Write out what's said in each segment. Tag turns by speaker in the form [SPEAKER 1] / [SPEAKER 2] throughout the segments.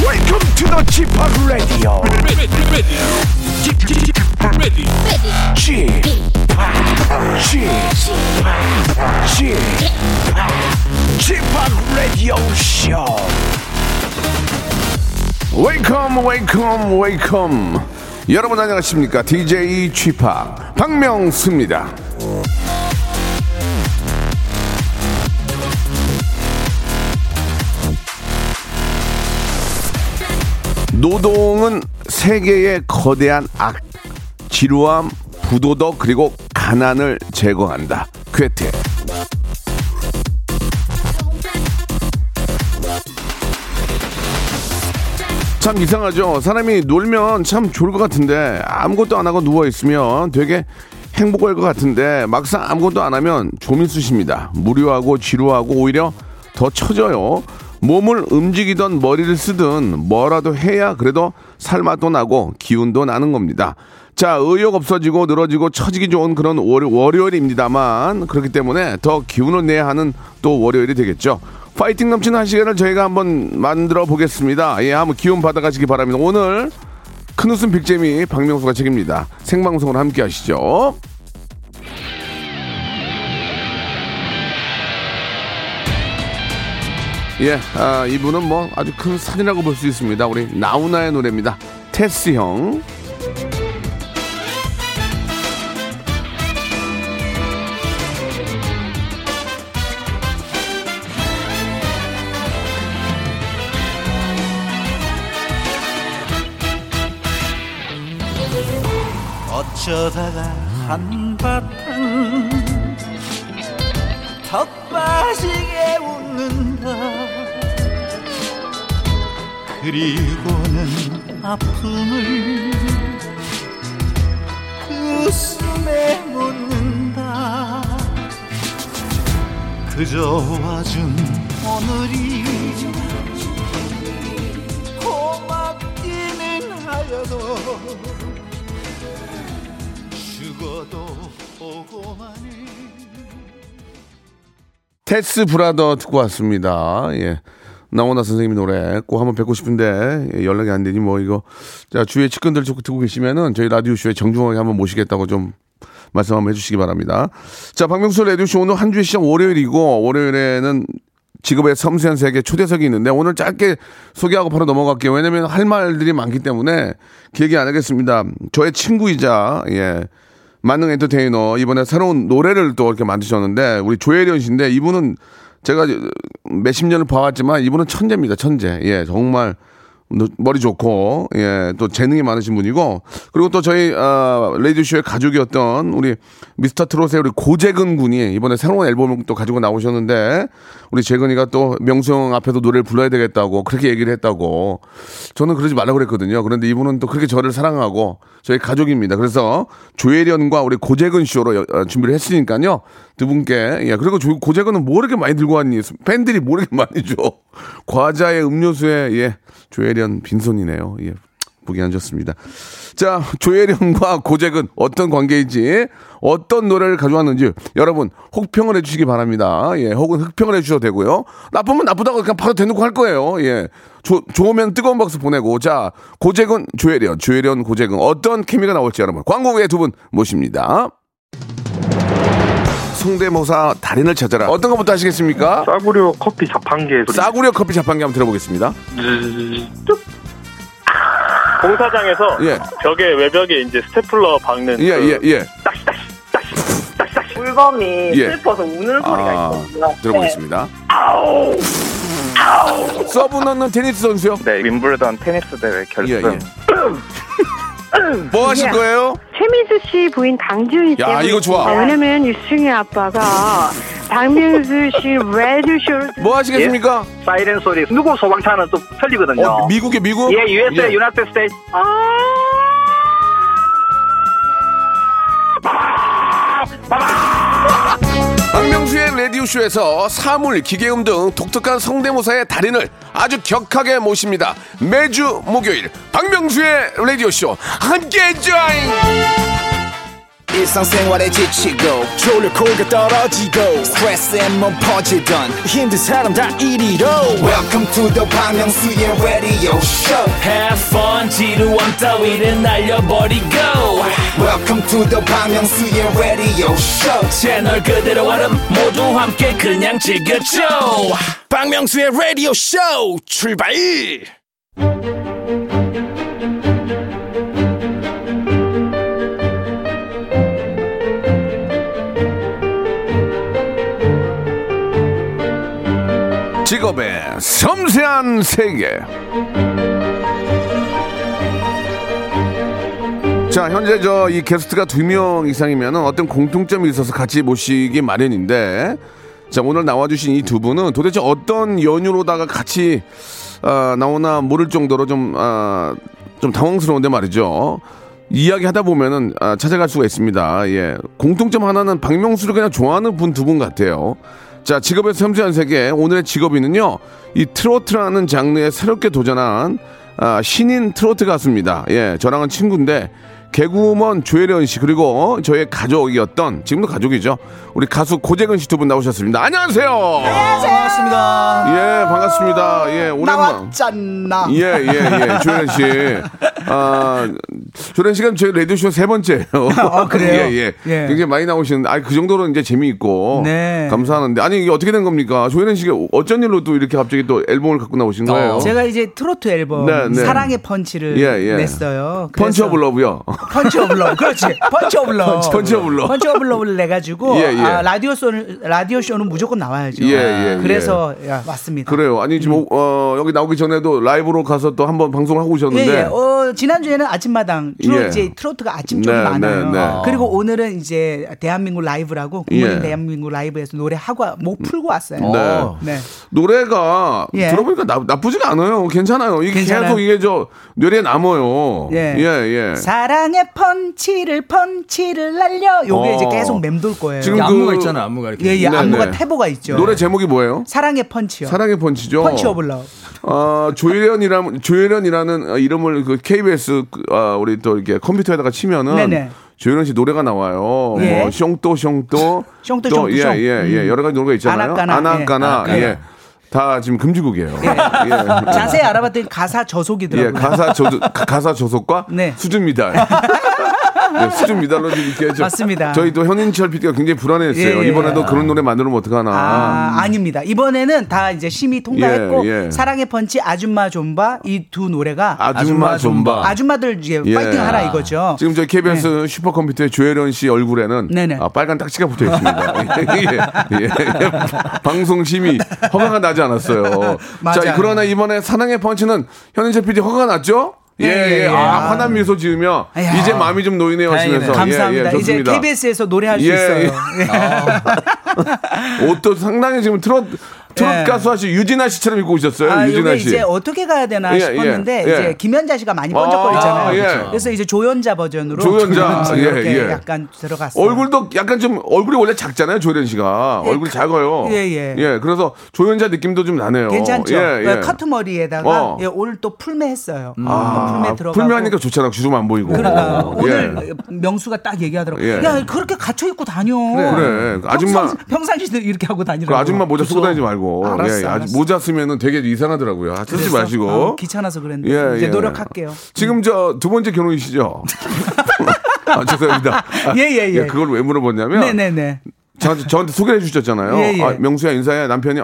[SPEAKER 1] Welcome to the g p o p Radio.
[SPEAKER 2] ready, ready, ready, ready.
[SPEAKER 1] g p o p G p o p Radio Show.
[SPEAKER 3] 웨이컴 웨이컴 웨이컴 여러분 안녕하십니까 DJ 취파 박명수입니다 노동은 세계의 거대한 악 지루함 부도덕 그리고 가난을 제거한다 괴테 참 이상하죠. 사람이 놀면 참 좋을 것 같은데 아무것도 안 하고 누워 있으면 되게 행복할 것 같은데 막상 아무것도 안 하면 조민수십니다. 무료하고 지루하고 오히려 더 처져요. 몸을 움직이던 머리를 쓰든 뭐라도 해야 그래도 살맛도 나고 기운도 나는 겁니다. 자, 의욕 없어지고 늘어지고 처지기 좋은 그런 월, 월요일입니다만 그렇기 때문에 더 기운을 내야 하는 또 월요일이 되겠죠. 파이팅 넘치는 한 시간을 저희가 한번 만들어 보겠습니다. 예, 한번 기운 받아가시기 바랍니다. 오늘 큰 웃음 빅재미 박명수가 책입니다. 생방송으로 함께 하시죠. 예, 아, 이분은 뭐 아주 큰 산이라고 볼 수 있습니다. 우리 나우나의 노래입니다. 테스 형.
[SPEAKER 4] 어쩌다가 한바탕 턱 빠지게 웃는다 그리고는 아픔을 그 웃음에 묻는다 그저 와준 오늘이 고맙기는 하여도 죽어도 오고만 해.
[SPEAKER 3] 테스 브라더 듣고 왔습니다. 예. 나오나 선생님 노래 꼭 한번 뵙고 싶은데 예, 연락이 안 되니 뭐 이거 자 주위에 측근들 듣고 듣고 계시면은 저희 라디오 쇼에 정중하게 한번 모시겠다고 좀 말씀 한번 해주시기 바랍니다. 자 박명수 라디오 쇼 오늘 한 주의 시작 월요일이고 월요일에는 직업의 섬세한 세계 초대석이 있는데 오늘 짧게 소개하고 바로 넘어갈게요. 왜냐면 할 말들이 많기 때문에 길게 안 하겠습니다. 저의 친구이자 예 만능 엔터테이너 이번에 새로운 노래를 또 이렇게 만드셨는데 우리 조혜련 씨인데 이분은 제가 몇십 년을 봐왔지만 이분은 천재입니다 천재 예 정말 머리 좋고 예또 재능이 많으신 분이고 그리고 또 저희 아 레디오 쇼의 가족이었던 우리 미스터 트롯의 우리 고재근 군이 이번에 새로운 앨범을 또 가지고 나오셨는데 우리 재근이가 또 명수형 앞에서 노래를 불러야 되겠다고 그렇게 얘기를 했다고 저는 그러지 말라고 그랬거든요. 그런데 이분은 또 그렇게 저를 사랑하고 저희 가족입니다. 그래서 조혜련과 우리 고재근 쇼로 여- 어, 준비를 했으니까요. 두 분께. 예, 그리고 조- 고재근은 뭐 이렇게 많이 들고 왔니? 팬들이 뭐 이렇게 많이 줘. 과자에 음료수에, 예. 조혜련 빈손이네요. 예. 보기 안 좋습니다. 자, 조혜련과 고잭은 어떤 관계인지, 어떤 노래를 가져왔는지, 여러분, 혹평을 해주시기 바랍니다. 예, 혹은 흑평을 해주셔도 되고요. 나쁘면 나쁘다고 그냥 바로 대놓고 할 거예요. 예. 조, 좋으면 뜨거운 박스 보내고, 자, 고잭은 조혜련, 조혜련, 고잭은 어떤 케미가 나올지 여러분, 광고 후에 두 분 모십니다. 성대모사 달인을 찾아라. 어떤 것부터 하시겠습니까?
[SPEAKER 5] 싸구려 커피 자판기에 소리.
[SPEAKER 3] 싸구려 커피 자판기 한번 들어보겠습니다.
[SPEAKER 5] 공사장에서
[SPEAKER 3] 예.
[SPEAKER 5] 벽에 외벽에 이제 스테플러 박는
[SPEAKER 3] 예, 예, 예.
[SPEAKER 6] 물범이
[SPEAKER 3] 예.
[SPEAKER 6] 슬퍼서 우는 소리가
[SPEAKER 3] 아,
[SPEAKER 6] 있거든요.
[SPEAKER 3] 들어보겠습니다. 서브 넣는 테니스 선수요?
[SPEAKER 5] 네, 윈블던 테니스 대회 결승.
[SPEAKER 3] 예, 예. 뭐 하실 거예요?
[SPEAKER 7] 최민수 씨 부인 강지훈 씨
[SPEAKER 3] 야,
[SPEAKER 7] 때문에
[SPEAKER 3] 이거 좋아.
[SPEAKER 7] 아, 왜냐면 유승희 아빠가 박민수 씨 레드쇼를
[SPEAKER 3] 뭐 하시겠습니까?
[SPEAKER 4] 사이렌 소리 누구 소방차는 또 틀리거든요.
[SPEAKER 3] 어, 미국에 미국?
[SPEAKER 4] 예, USA,
[SPEAKER 3] 예.
[SPEAKER 4] 유나이티드 스테이트.
[SPEAKER 3] 박명수의 라디오쇼에서 사물, 기계음 등 독특한 성대모사의 달인을 아주 격하게 모십니다. 매주 목요일 박명수의 라디오쇼 함께 join!
[SPEAKER 8] 일상생활에 지치고, 졸려 코가 떨어지고, 스트레스에 몸 퍼지던, 힘든 사람 다 이리로. welcome to the Bang Myung-soo's radio show
[SPEAKER 6] Have fun 지루함 따위를 날려버리고
[SPEAKER 8] welcome to the Bang Myung-soo's radio show
[SPEAKER 6] 채널 그대로 얼음 모두 함께 그냥 즐겨줘
[SPEAKER 8] 박명수의 라디오 쇼 출발!
[SPEAKER 3] 직업의 섬세한 세계. 자, 현재 저 이 게스트가 두 명 이상이면 어떤 공통점이 있어서 같이 모시기 마련인데, 자, 오늘 나와주신 이 두 분은 도대체 어떤 연유로다가 같이 아, 나오나 모를 정도로 좀, 아, 좀 당황스러운데 말이죠. 이야기 하다 보면은 아, 찾아갈 수가 있습니다. 예. 공통점 하나는 박명수를 그냥 좋아하는 분 두 분 같아요. 자, 직업의 섬세한 세계. 오늘의 직업인은요, 이 트로트라는 장르에 새롭게 도전한 아, 신인 트로트 가수입니다. 예, 저랑은 친구인데, 개그우먼 조혜련 씨, 그리고 저의 가족이었던, 지금도 가족이죠. 우리 가수 고재근 씨 두 분 나오셨습니다. 안녕하세요! 아,
[SPEAKER 8] 반갑습니다.
[SPEAKER 3] 예, 반갑습니다. 예, 오랜만.
[SPEAKER 8] 나왔잖아.
[SPEAKER 3] 예, 예, 예. 조현 씨. 아, 조현 씨가 저희 라디오쇼 세 번째예요.
[SPEAKER 8] 아, 그래요?
[SPEAKER 3] 예, 예,
[SPEAKER 8] 예.
[SPEAKER 3] 굉장히 많이 나오시는데, 아, 그 정도로 이제 재미있고.
[SPEAKER 8] 네.
[SPEAKER 3] 감사하는데. 아니, 이게 어떻게 된 겁니까? 조현 씨가 어쩐 일로 또 이렇게 갑자기 또 앨범을 갖고 나오신 거예요?
[SPEAKER 8] 제가 이제 트로트 앨범
[SPEAKER 3] 네, 네.
[SPEAKER 8] 사랑의 펀치를
[SPEAKER 3] 예, 예.
[SPEAKER 8] 냈어요.
[SPEAKER 3] 펀치 오브 러브요.
[SPEAKER 8] 펀치 오브 러브. 그렇지. 펀치 오브 러브.
[SPEAKER 3] 펀치 오브 러브.
[SPEAKER 8] 펀치 오브 러브를 내 가지고
[SPEAKER 3] 예, 예.
[SPEAKER 8] 아, 라디오 쇼는 라디오 쇼는 무조건 나와야죠. 아,
[SPEAKER 3] 예, 예,
[SPEAKER 8] 그래서 야, 왔습니다.
[SPEAKER 3] 그래요. 아니, 지금,
[SPEAKER 8] 음.
[SPEAKER 3] 어, 여기 나오기 전에도 라이브로 가서 또 한번 방송을 하고
[SPEAKER 8] 예,
[SPEAKER 3] 오셨는데.
[SPEAKER 8] 예. 어, 지난주에는 아침마당 주로
[SPEAKER 3] 네. 예.
[SPEAKER 8] 이제 트로트가 아침 쪽이
[SPEAKER 3] 네,
[SPEAKER 8] 많아요.
[SPEAKER 3] 네, 네.
[SPEAKER 8] 그리고 오늘은 이제 대한민국 라이브라고 국민
[SPEAKER 3] 예.
[SPEAKER 8] 대한민국 라이브에서 노래하고 와- 목 풀고 왔어요.
[SPEAKER 3] 네.
[SPEAKER 8] 네.
[SPEAKER 3] 노래가
[SPEAKER 8] 예.
[SPEAKER 3] 들어보니까 나, 나쁘지가 않아요. 괜찮아요. 이게
[SPEAKER 8] 괜찮아요.
[SPEAKER 3] 계속 이게 저 뇌리에 남아요.
[SPEAKER 8] 예.
[SPEAKER 3] 예, 예.
[SPEAKER 8] 사랑의 펀치를 펀치를 날려. 요게
[SPEAKER 3] 어.
[SPEAKER 8] 이제 계속 맴돌 거예요.
[SPEAKER 3] 지금 그
[SPEAKER 9] 안무가 있잖아 안무가 이렇게
[SPEAKER 8] 예, 예.
[SPEAKER 3] 네,
[SPEAKER 8] 안무가
[SPEAKER 3] 네.
[SPEAKER 8] 태보가 있죠.
[SPEAKER 3] 노래 제목이 뭐예요?
[SPEAKER 8] 사랑의 펀치요.
[SPEAKER 3] 사랑의 어. 펀치죠.
[SPEAKER 8] 펀치 오블러
[SPEAKER 3] 아, 조혜련이라는 조혜련이라는 어, 이름을 그 KBS 그, 아, 우리 또 이렇게 컴퓨터에다가 치면은
[SPEAKER 8] 네네.
[SPEAKER 3] 조혜련 씨 노래가 나와요.
[SPEAKER 8] 예.
[SPEAKER 3] 뭐 숑또 숑또 또,
[SPEAKER 8] 숑또, 숑또,
[SPEAKER 3] 예,
[SPEAKER 8] 숑.
[SPEAKER 3] 예, 예. 여러 가지 노래가 있잖아요.
[SPEAKER 8] 아나까나,
[SPEAKER 3] 아나까나.
[SPEAKER 8] 예.
[SPEAKER 3] 예. 다 지금 금지곡이에요. 예.
[SPEAKER 8] 자세히 알아봤더니 가사 저속이더라고요.
[SPEAKER 3] 예, 가사 저 가사 저속과
[SPEAKER 8] 네.
[SPEAKER 3] 수준 미달. 네, 수준 미달로 지금 이렇게 저-
[SPEAKER 8] 맞습니다.
[SPEAKER 3] 저희 또 현인철 PD가 굉장히 불안했어요.
[SPEAKER 8] 예, 예.
[SPEAKER 3] 이번에도 그런 노래 만들면 어떡하나.
[SPEAKER 8] 아, 아닙니다. 이번에는 다 이제 심의 통과했고
[SPEAKER 3] 예, 예.
[SPEAKER 8] 사랑의 펀치 아줌마 존바 이 두 노래가
[SPEAKER 3] 아줌마 존바.
[SPEAKER 8] 아줌마들 이제
[SPEAKER 3] 예.
[SPEAKER 8] 파이팅 하라 이거죠.
[SPEAKER 3] 지금 저희 KBS 슈퍼컴퓨터의 조혜련 씨 얼굴에는
[SPEAKER 8] 네네.
[SPEAKER 3] 아, 빨간 딱지가 붙어 있습니다. 예, 예, 예. 방송 심의 허가가 나지 않았어요. 자,
[SPEAKER 8] 맞아요.
[SPEAKER 3] 그러나 이번에 사랑의 펀치는 현인철 PD 허가 났죠? 예,
[SPEAKER 8] 예,
[SPEAKER 3] 예.
[SPEAKER 8] 예,
[SPEAKER 3] 아,
[SPEAKER 8] 예.
[SPEAKER 3] 환한 미소 지으며
[SPEAKER 8] 아야.
[SPEAKER 3] 이제 마음이 좀 놓이네요 하시면서.
[SPEAKER 8] 감사합니다.
[SPEAKER 3] 예, 예,
[SPEAKER 8] 이제
[SPEAKER 3] 좋습니다.
[SPEAKER 8] KBS에서 노래할 수
[SPEAKER 3] 예, 아.
[SPEAKER 8] 있어요. 예.
[SPEAKER 3] 옷도 상당히 지금 트롯 트롯
[SPEAKER 8] 예.
[SPEAKER 3] 가수 하시 유진아 씨처럼 입고 오셨어요.
[SPEAKER 8] 아,
[SPEAKER 3] 유진아
[SPEAKER 8] 이게
[SPEAKER 3] 씨.
[SPEAKER 8] 이제 어떻게 가야 되나
[SPEAKER 3] 예,
[SPEAKER 8] 싶었는데
[SPEAKER 3] 예, 예.
[SPEAKER 8] 이제 김연자 씨가 많이 번쩍거리잖아요.
[SPEAKER 3] 아, 예.
[SPEAKER 8] 그래서 이제 조연자 버전으로
[SPEAKER 3] 조연자,
[SPEAKER 8] 조연자 이렇게
[SPEAKER 3] 예, 예.
[SPEAKER 8] 약간 들어갔어요.
[SPEAKER 3] 얼굴도 약간 좀 얼굴이 원래 작잖아요 조혜련 씨가 얼굴이 작아요.
[SPEAKER 8] 예, 예.
[SPEAKER 3] 그래서 조연자 느낌도 좀 나네요.
[SPEAKER 8] 괜찮죠? 그
[SPEAKER 3] 예, 예.
[SPEAKER 8] 커트 머리에다가
[SPEAKER 3] 어.
[SPEAKER 8] 예, 오늘 또 풀매했어요.
[SPEAKER 3] 아,
[SPEAKER 8] 풀매 들어가.
[SPEAKER 3] 풀면하니까 좋잖아. 주름 안 보이고.
[SPEAKER 8] 그러니까
[SPEAKER 3] 어,
[SPEAKER 8] 오늘
[SPEAKER 3] 예.
[SPEAKER 8] 명수가 딱 얘기하더라고.
[SPEAKER 3] 예.
[SPEAKER 8] 야 그렇게 갇혀 입고 다녀.
[SPEAKER 3] 그래. 아줌마-
[SPEAKER 8] 평상- 평상시도 이렇게 하고 다니라고.
[SPEAKER 3] 그 아줌마 모자 쓰고 다니지 말고
[SPEAKER 8] 알았어,
[SPEAKER 3] 예, 아,
[SPEAKER 8] 알았어.
[SPEAKER 3] 모자 쓰면은 되게 이상하더라고요. 아, 쓰지
[SPEAKER 8] 그래서,
[SPEAKER 3] 마시고.
[SPEAKER 8] 아우, 귀찮아서 그랬는데
[SPEAKER 3] 예,
[SPEAKER 8] 이제
[SPEAKER 3] 예.
[SPEAKER 8] 노력할게요. 음.
[SPEAKER 3] 지금 저 두 번째 결혼이시죠? 아, 죄송합니다. 아,
[SPEAKER 8] 예, 예, 예.
[SPEAKER 3] 그걸 왜 물어봤냐면
[SPEAKER 8] 네네네.
[SPEAKER 3] 저, 저한테 소개를 해주셨잖아요.
[SPEAKER 8] 예, 예.
[SPEAKER 3] 아, 명수야 인사해 남편이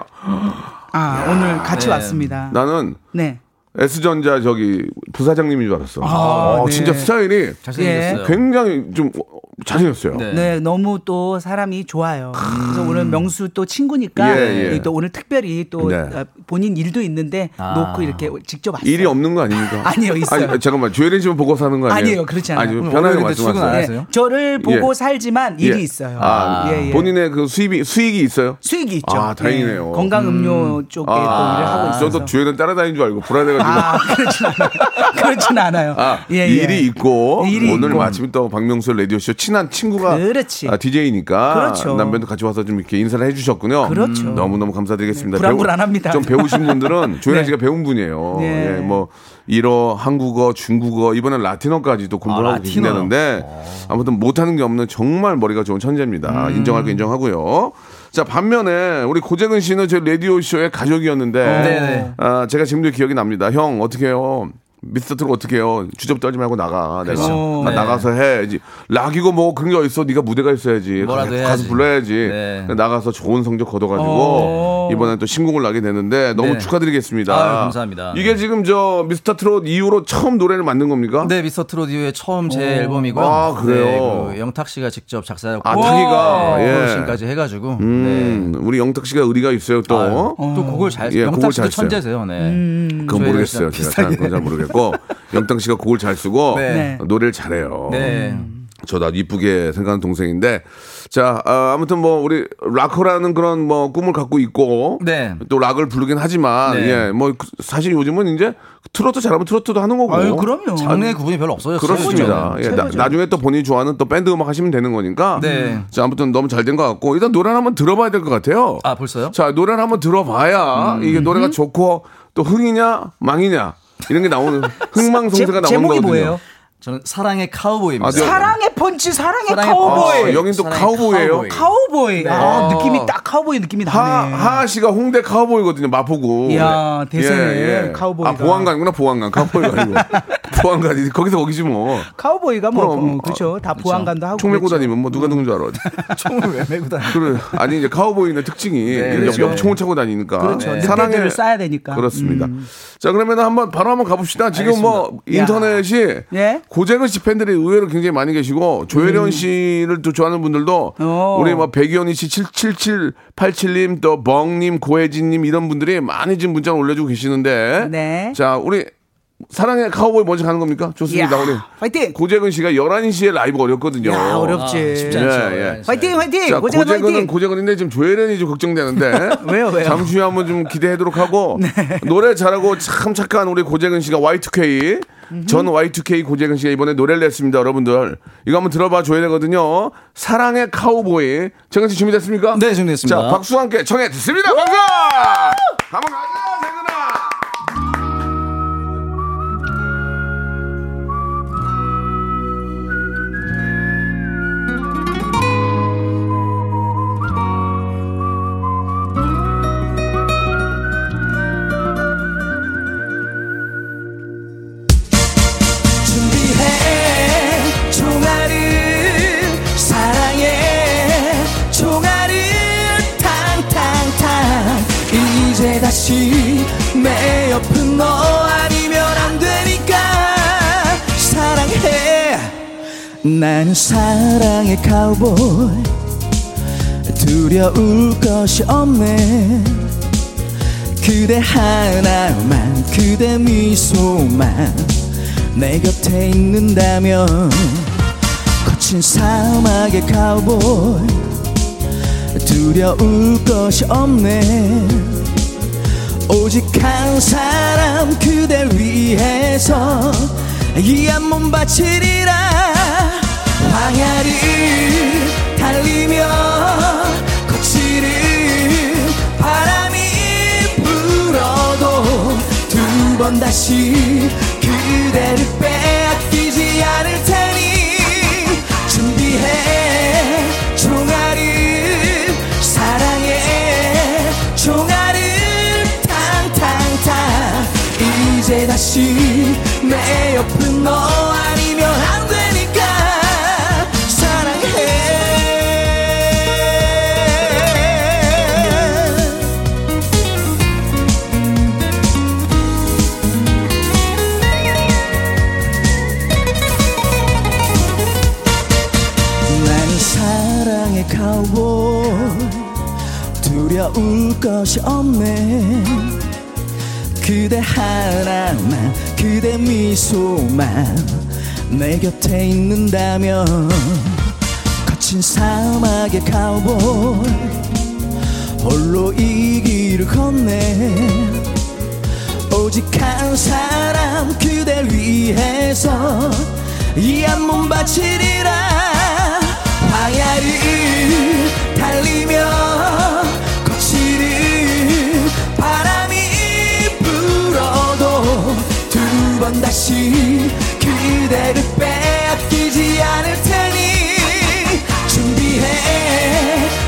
[SPEAKER 8] 아 오늘 같이
[SPEAKER 9] 네.
[SPEAKER 8] 왔습니다.
[SPEAKER 3] 나는
[SPEAKER 8] 네.
[SPEAKER 3] S전자 저기 부사장님인 줄 알았어. 어,
[SPEAKER 8] 네.
[SPEAKER 3] 진짜 스타일이
[SPEAKER 9] 잘생겼어요
[SPEAKER 3] 굉장히 좀 어, 잘생겼어요.
[SPEAKER 9] 네.
[SPEAKER 8] 네, 너무 또 사람이 좋아요. 그래서 오늘 명수 또 친구니까
[SPEAKER 3] 예, 예.
[SPEAKER 8] 이 또 오늘 특별히 또
[SPEAKER 3] 네.
[SPEAKER 8] 어, 본인 일도 있는데
[SPEAKER 9] 아.
[SPEAKER 8] 놓고 이렇게 직접 왔어요.
[SPEAKER 3] 일이 없는 거 아닙니까?
[SPEAKER 8] 아니요, 있어요.
[SPEAKER 3] 아니, 잠깐만 조혜린 씨만 보고 사는 거 아니에요?
[SPEAKER 8] 아니에요, 그렇지 않아요. 음,
[SPEAKER 3] 아니,
[SPEAKER 8] 그럼
[SPEAKER 3] 편하게
[SPEAKER 9] 월요일인데 출근 안
[SPEAKER 3] 말씀하세요.
[SPEAKER 9] 해요?
[SPEAKER 8] 네,
[SPEAKER 9] 있어요?
[SPEAKER 8] 저를 보고
[SPEAKER 3] 예.
[SPEAKER 8] 살지만 일이 있어요.
[SPEAKER 3] 아,
[SPEAKER 8] 예, 예.
[SPEAKER 3] 본인의 그 수입이 수익이 있어요?
[SPEAKER 8] 수익이 있죠.
[SPEAKER 3] 아, 다행이네요.
[SPEAKER 8] 예, 건강 음료 쪽에 또 일을 하고 있어서.
[SPEAKER 3] 아, 저도 주혜는 따라다니는 줄 알고 불안해가지고. 아.
[SPEAKER 8] 아, 그렇진 않아요. 그렇진 않아요. 예, 예.
[SPEAKER 3] 일이 있고
[SPEAKER 8] 일이
[SPEAKER 3] 오늘
[SPEAKER 8] 있고.
[SPEAKER 3] 마침 또 박명수 라디오 쇼 친한 친구가
[SPEAKER 8] 그렇지.
[SPEAKER 3] 아, DJ니까
[SPEAKER 8] 그렇죠.
[SPEAKER 3] 남편도 같이 와서 좀 이렇게 인사를 해주셨군요.
[SPEAKER 8] 그렇죠.
[SPEAKER 3] 음, 너무너무 감사드리겠습니다.
[SPEAKER 8] 네, 불안불안합니다.
[SPEAKER 3] 배우, 좀 배우신 분들은 조혜란
[SPEAKER 8] 네.
[SPEAKER 3] 씨가 배운 분이에요.
[SPEAKER 8] 네.
[SPEAKER 3] 예, 뭐 일어 한국어, 중국어 이번엔 라틴어까지 또 공부를
[SPEAKER 8] 아,
[SPEAKER 3] 하고
[SPEAKER 8] 라틴어요?
[SPEAKER 3] 계신다는데 아무튼 못하는 게 없는 정말 머리가 좋은 천재입니다.
[SPEAKER 8] 음.
[SPEAKER 3] 인정할 거 인정하고요. 자 반면에 우리 고재근 씨는 제 라디오 쇼의 가족이었는데
[SPEAKER 8] 어. 네네.
[SPEAKER 3] 아, 제가 지금도 기억이 납니다. 형 어떻게 해요? 미스터 트롯 어떻게 해요? 주접 떨지 말고 나가. 내가 아,
[SPEAKER 8] 그렇죠.
[SPEAKER 3] 나
[SPEAKER 8] 네.
[SPEAKER 3] 나가서 해야지. 락이고 뭐 그런 게 어딨어? 네가 무대가 있어야지.
[SPEAKER 10] 뭐라도
[SPEAKER 3] 가서,
[SPEAKER 10] 해야지.
[SPEAKER 3] 가서 불러야지.
[SPEAKER 10] 네.
[SPEAKER 3] 나가서 좋은 성적
[SPEAKER 8] 어.
[SPEAKER 3] 거둬가지고 이번에 또 신곡을 나게 되는데 너무
[SPEAKER 10] 네.
[SPEAKER 3] 축하드리겠습니다.
[SPEAKER 10] 아유, 감사합니다.
[SPEAKER 3] 이게 지금 저 미스터 트롯 이후로 처음 노래를 만든 겁니까?
[SPEAKER 10] 네, 미스터 트롯 이후에 처음 제 앨범이고요.
[SPEAKER 3] 아, 그래요?
[SPEAKER 10] 네, 그 영탁 씨가 직접 작사하고
[SPEAKER 3] 아, 타기가. 예.
[SPEAKER 10] 프로신까지 네, 해가지고.
[SPEAKER 3] 음, 우리 영탁 씨가 의리가 있어요 또.
[SPEAKER 10] 네. 아유, 또 곡을 잘,
[SPEAKER 3] 예, 곡을
[SPEAKER 10] 영탁
[SPEAKER 3] 잘
[SPEAKER 10] 씨도
[SPEAKER 3] 써요.
[SPEAKER 10] 천재세요. 네.
[SPEAKER 8] 음.
[SPEAKER 3] 그건
[SPEAKER 10] 저희가
[SPEAKER 3] 모르겠어요.
[SPEAKER 10] 진짜
[SPEAKER 3] 제가 잘, 그건 잘 모르겠고 영탁 씨가 곡을 잘 쓰고
[SPEAKER 10] 네.
[SPEAKER 3] 노래를 잘해요.
[SPEAKER 10] 네.
[SPEAKER 3] 저다 이쁘게 생각하는 동생인데 자 아, 아무튼 뭐 우리 락커라는 그런 뭐 꿈을 갖고 있고
[SPEAKER 10] 네.
[SPEAKER 3] 또 락을 부르긴 하지만
[SPEAKER 10] 네.
[SPEAKER 3] 예 뭐 사실 요즘은 이제 트로트 잘하면 트로트도 하는 거고
[SPEAKER 8] 아유, 그럼요.
[SPEAKER 10] 장르의 구분이 별로 없어졌어요.
[SPEAKER 3] 그렇습니다.
[SPEAKER 10] 요즘에는.
[SPEAKER 3] 예, 나, 나중에 또 본인이 좋아하는 또 밴드 음악 하시면 되는 거니까
[SPEAKER 10] 네.
[SPEAKER 3] 자 아무튼 너무 잘 된 것 같고 일단 노래를 한번 들어봐야 될 것 같아요.
[SPEAKER 10] 아, 벌써요?
[SPEAKER 3] 자 노래를 한번 들어봐야
[SPEAKER 8] 음.
[SPEAKER 3] 이게 노래가 좋고 또 흥이냐 망이냐 이런 게 나오는 흥망성쇠가 나오는
[SPEAKER 8] 제목이
[SPEAKER 3] 거거든요.
[SPEAKER 8] 뭐예요?
[SPEAKER 10] 저는 사랑의 카우보이입니다.
[SPEAKER 3] 아, 네. 아,
[SPEAKER 8] 사랑의 펀치, 사랑의,
[SPEAKER 10] 사랑의
[SPEAKER 8] 카우보이.
[SPEAKER 10] 펀치.
[SPEAKER 3] 여긴 또
[SPEAKER 10] 사랑의
[SPEAKER 3] 카우보이예요?
[SPEAKER 10] 카우보이.
[SPEAKER 8] 카우보이. 아, 느낌이 딱 카우보이 느낌이
[SPEAKER 3] 네. 하,
[SPEAKER 8] 나네.
[SPEAKER 3] 하하 씨가 홍대 카우보이거든요, 마포구. 예,
[SPEAKER 8] 이야, 대세네, 카우보이가.
[SPEAKER 3] 아, 보안관이구나, 보안관. 카우보이가 아니고. 보안관이, 거기서 거기지 뭐.
[SPEAKER 8] 카우보이가 뭐
[SPEAKER 3] 그럼,
[SPEAKER 8] 어, 그렇죠. 다 보안관도 하고.
[SPEAKER 3] 총 메고
[SPEAKER 8] 그렇죠.
[SPEAKER 3] 다니면 뭐 누가 누군 줄 알아.
[SPEAKER 10] 총을 왜 메고 다니
[SPEAKER 3] 그래. 아니, 이제 카우보이는 특징이 옆-
[SPEAKER 10] 그렇죠.
[SPEAKER 3] 옆, 총을 차고 다니니까.
[SPEAKER 8] 네, 그렇죠.
[SPEAKER 3] 네.
[SPEAKER 8] 늑대들을 싸야 되니까. 음.
[SPEAKER 3] 그렇습니다. 자, 그러면 한번, 바로 한번 가봅시다. 지금 뭐, 인터넷이
[SPEAKER 8] 예? 음.
[SPEAKER 3] 고재근 씨 팬들이 의외로 굉장히 많이 계시고, 조혜련 씨를 또 좋아하는 분들도,
[SPEAKER 8] 어.
[SPEAKER 3] 우리 뭐, 백이현이 씨 77787님, 또 벙님, 고혜진님 이런 분들이 많이 지금 문자를 올려주고 계시는데,
[SPEAKER 8] 네.
[SPEAKER 3] 자, 우리 사랑의 카우보이 먼저 가는 겁니까? 좋습니다.
[SPEAKER 8] 이야,
[SPEAKER 3] 우리
[SPEAKER 8] 화이팅!
[SPEAKER 3] 고재근 씨가 11시에 라이브 어렵거든요.
[SPEAKER 8] 야, 어렵지.
[SPEAKER 10] 쉽지 않죠.
[SPEAKER 3] 예, 예.
[SPEAKER 10] 네.
[SPEAKER 8] 화이팅, 화이팅!
[SPEAKER 3] 자,
[SPEAKER 8] 고재근
[SPEAKER 3] 고재근은
[SPEAKER 8] 화이팅!
[SPEAKER 3] 고재근인데 지금 조혜련이 좀 걱정되는데.
[SPEAKER 8] 왜요, 네. 왜요?
[SPEAKER 3] 잠시 후에 한번 좀 기대하도록 하고. 노래 잘하고 참 착한 우리 고재근 씨가 Y2K. 전 Y2K 고재근 씨가 이번에 노래를 냈습니다, 여러분들. 이거 한번 들어봐 줘야 되거든요. 사랑의 카우보이. 정현 씨 준비됐습니까?
[SPEAKER 10] 네, 준비됐습니다.
[SPEAKER 3] 자, 박수 함께 청해 듣습니다. 박수! 한번 가자, 재근아!
[SPEAKER 6] 준비해 종아를 사랑해 종아를 탕탕탕 이제 다시 내 옆은 너 아니면 안 되니까 사랑해 나는 사랑의 카우보이 두려울 것이 없네 그대 하나만 그대 미소만 내 곁에 있는다면 거친 사막의 카우보이 두려울 것이 없네 오직 한 사람 그대 위해서 이 한 몸 바치리라 황야를 달리며 거칠은 바람이 불어도 두 번 다시 그대를 빼앗기지 않을 테니 준비해 종아리 사랑해 종아리 탕탕탕 이제 다시 내 옆은 너 아니면 안 되니까 사랑해 난 사랑의 카우보이 두려울 것이 없네 그대 하나만 그대 미소만 내 곁에 있는다면 거친 사막의 카우보이 홀로 이 길을 걷네 오직 한 사람 그댈 위해서 이 한 몸 바치리라 한번 다시 그대를 빼앗기지 않을 테니 준비해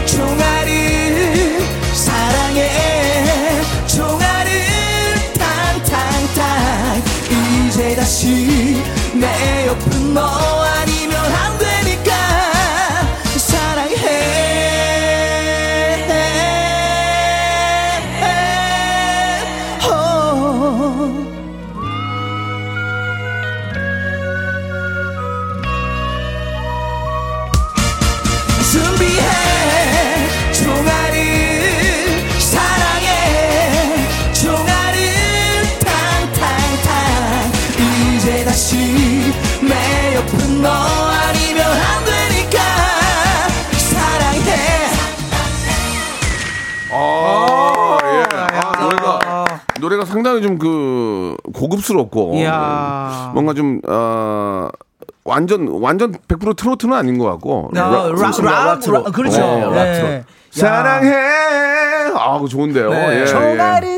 [SPEAKER 6] 총알을 사랑해 총알을 탕탕탕 이제 다시 내 옆은 너 아니면 안 되니까 사랑해 오. 준비해 종아리 사랑해 종아리 탕탕탕 이제 다시 내 옆은 너 아니면 안 되니까 사랑해
[SPEAKER 3] 아, 예. 아, 노래가 노래가 상당히 좀 그 고급스럽고
[SPEAKER 8] 이야.
[SPEAKER 3] 음, 뭔가 좀 아, 완전 완전 100% 트로트는 아닌 것 같고 그
[SPEAKER 8] 아, 락, 락, 락, 락, 그렇죠.
[SPEAKER 3] 어, 락
[SPEAKER 8] 네.
[SPEAKER 3] 트로트.
[SPEAKER 8] 야.
[SPEAKER 3] 사랑해. 아, 그 좋은데요.
[SPEAKER 8] 네.
[SPEAKER 3] 예,
[SPEAKER 8] 총알은.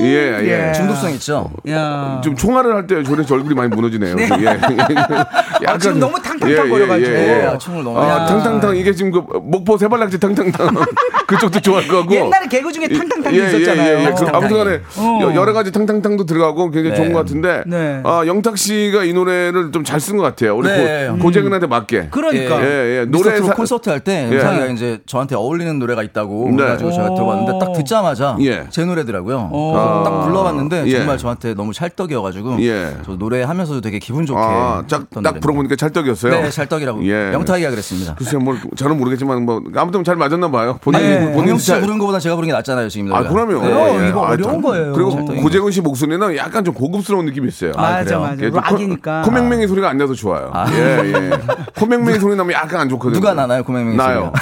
[SPEAKER 3] 예, 예.
[SPEAKER 8] 예. 중독성
[SPEAKER 10] 있죠.
[SPEAKER 8] 야.
[SPEAKER 3] 좀 총알을 할 때 조래 씨 얼굴이 많이 무너지네요.
[SPEAKER 8] 네.
[SPEAKER 3] 예.
[SPEAKER 8] 아, 지금 너무 탕탕탕 거려가지고. 아, 총을 너무
[SPEAKER 3] 아,
[SPEAKER 8] 많이
[SPEAKER 3] 탕탕탕 이게 지금 그 목포 세발낙지 탕탕탕 그쪽도 좋아할 거 같고.
[SPEAKER 8] 옛날에 개그 중에 탕탕탕이
[SPEAKER 3] 예, 예,
[SPEAKER 8] 있었잖아요.
[SPEAKER 3] 예, 예. 그
[SPEAKER 8] 탕탕탕이.
[SPEAKER 3] 아무튼간에
[SPEAKER 8] 어.
[SPEAKER 3] 여- 여러 가지 탕탕탕도 들어가고 굉장히
[SPEAKER 8] 네.
[SPEAKER 3] 좋은 것 같은데
[SPEAKER 8] 네.
[SPEAKER 3] 아, 영탁 씨가 이 노래를 좀 잘 쓴 것 같아요. 우리
[SPEAKER 10] 네.
[SPEAKER 3] 고, 고재근한테 맞게.
[SPEAKER 8] 그러니까.
[SPEAKER 10] 예,
[SPEAKER 3] 예, 예.
[SPEAKER 10] 노래
[SPEAKER 3] 사-
[SPEAKER 10] 콘서트 할 때
[SPEAKER 3] 예.
[SPEAKER 10] 영상이가 이제 저한테 어울리는 노래가 있다고
[SPEAKER 3] 네.
[SPEAKER 10] 그래가지고 제가
[SPEAKER 3] 오.
[SPEAKER 10] 들어봤는데 딱 듣자마자
[SPEAKER 3] 예.
[SPEAKER 10] 제 노래더라고요.
[SPEAKER 3] 오.
[SPEAKER 10] 그래서
[SPEAKER 3] 아.
[SPEAKER 10] 딱 불러봤는데
[SPEAKER 3] 예.
[SPEAKER 10] 정말 저한테 너무 찰떡이어가지고
[SPEAKER 3] 예.
[SPEAKER 10] 저 노래하면서도 되게 기분 좋게
[SPEAKER 3] 아, 딱, 딱 불어보니까 찰떡이었어요. 예.
[SPEAKER 10] 네, 찰떡이라고. 영탁이가 그랬습니다.
[SPEAKER 3] 글쎄요, 뭘 저는 모르겠지만 뭐 아무튼 잘 맞았나 봐요. 본인
[SPEAKER 10] 네.
[SPEAKER 3] 본인
[SPEAKER 10] 광영 씨 부른 거보다 제가 부른 게 낫잖아요 지금
[SPEAKER 3] 아,
[SPEAKER 10] 노래가.
[SPEAKER 3] 그럼요.
[SPEAKER 10] 네.
[SPEAKER 3] 예. 아, 참. 그리고 고재근 씨 목소리는 약간 좀 고급스러운 느낌이 있어요.
[SPEAKER 10] 맞아, 아, 그래요? 맞아.
[SPEAKER 3] 예, 좀
[SPEAKER 10] 락이니까.
[SPEAKER 3] 코, 코맹맹이 소리가 안 나서 좋아요. 예, 예. 코맹맹이 소리 나면 약간 안 좋거든요.
[SPEAKER 10] 누가 나나요 고맹맹이
[SPEAKER 3] 나요.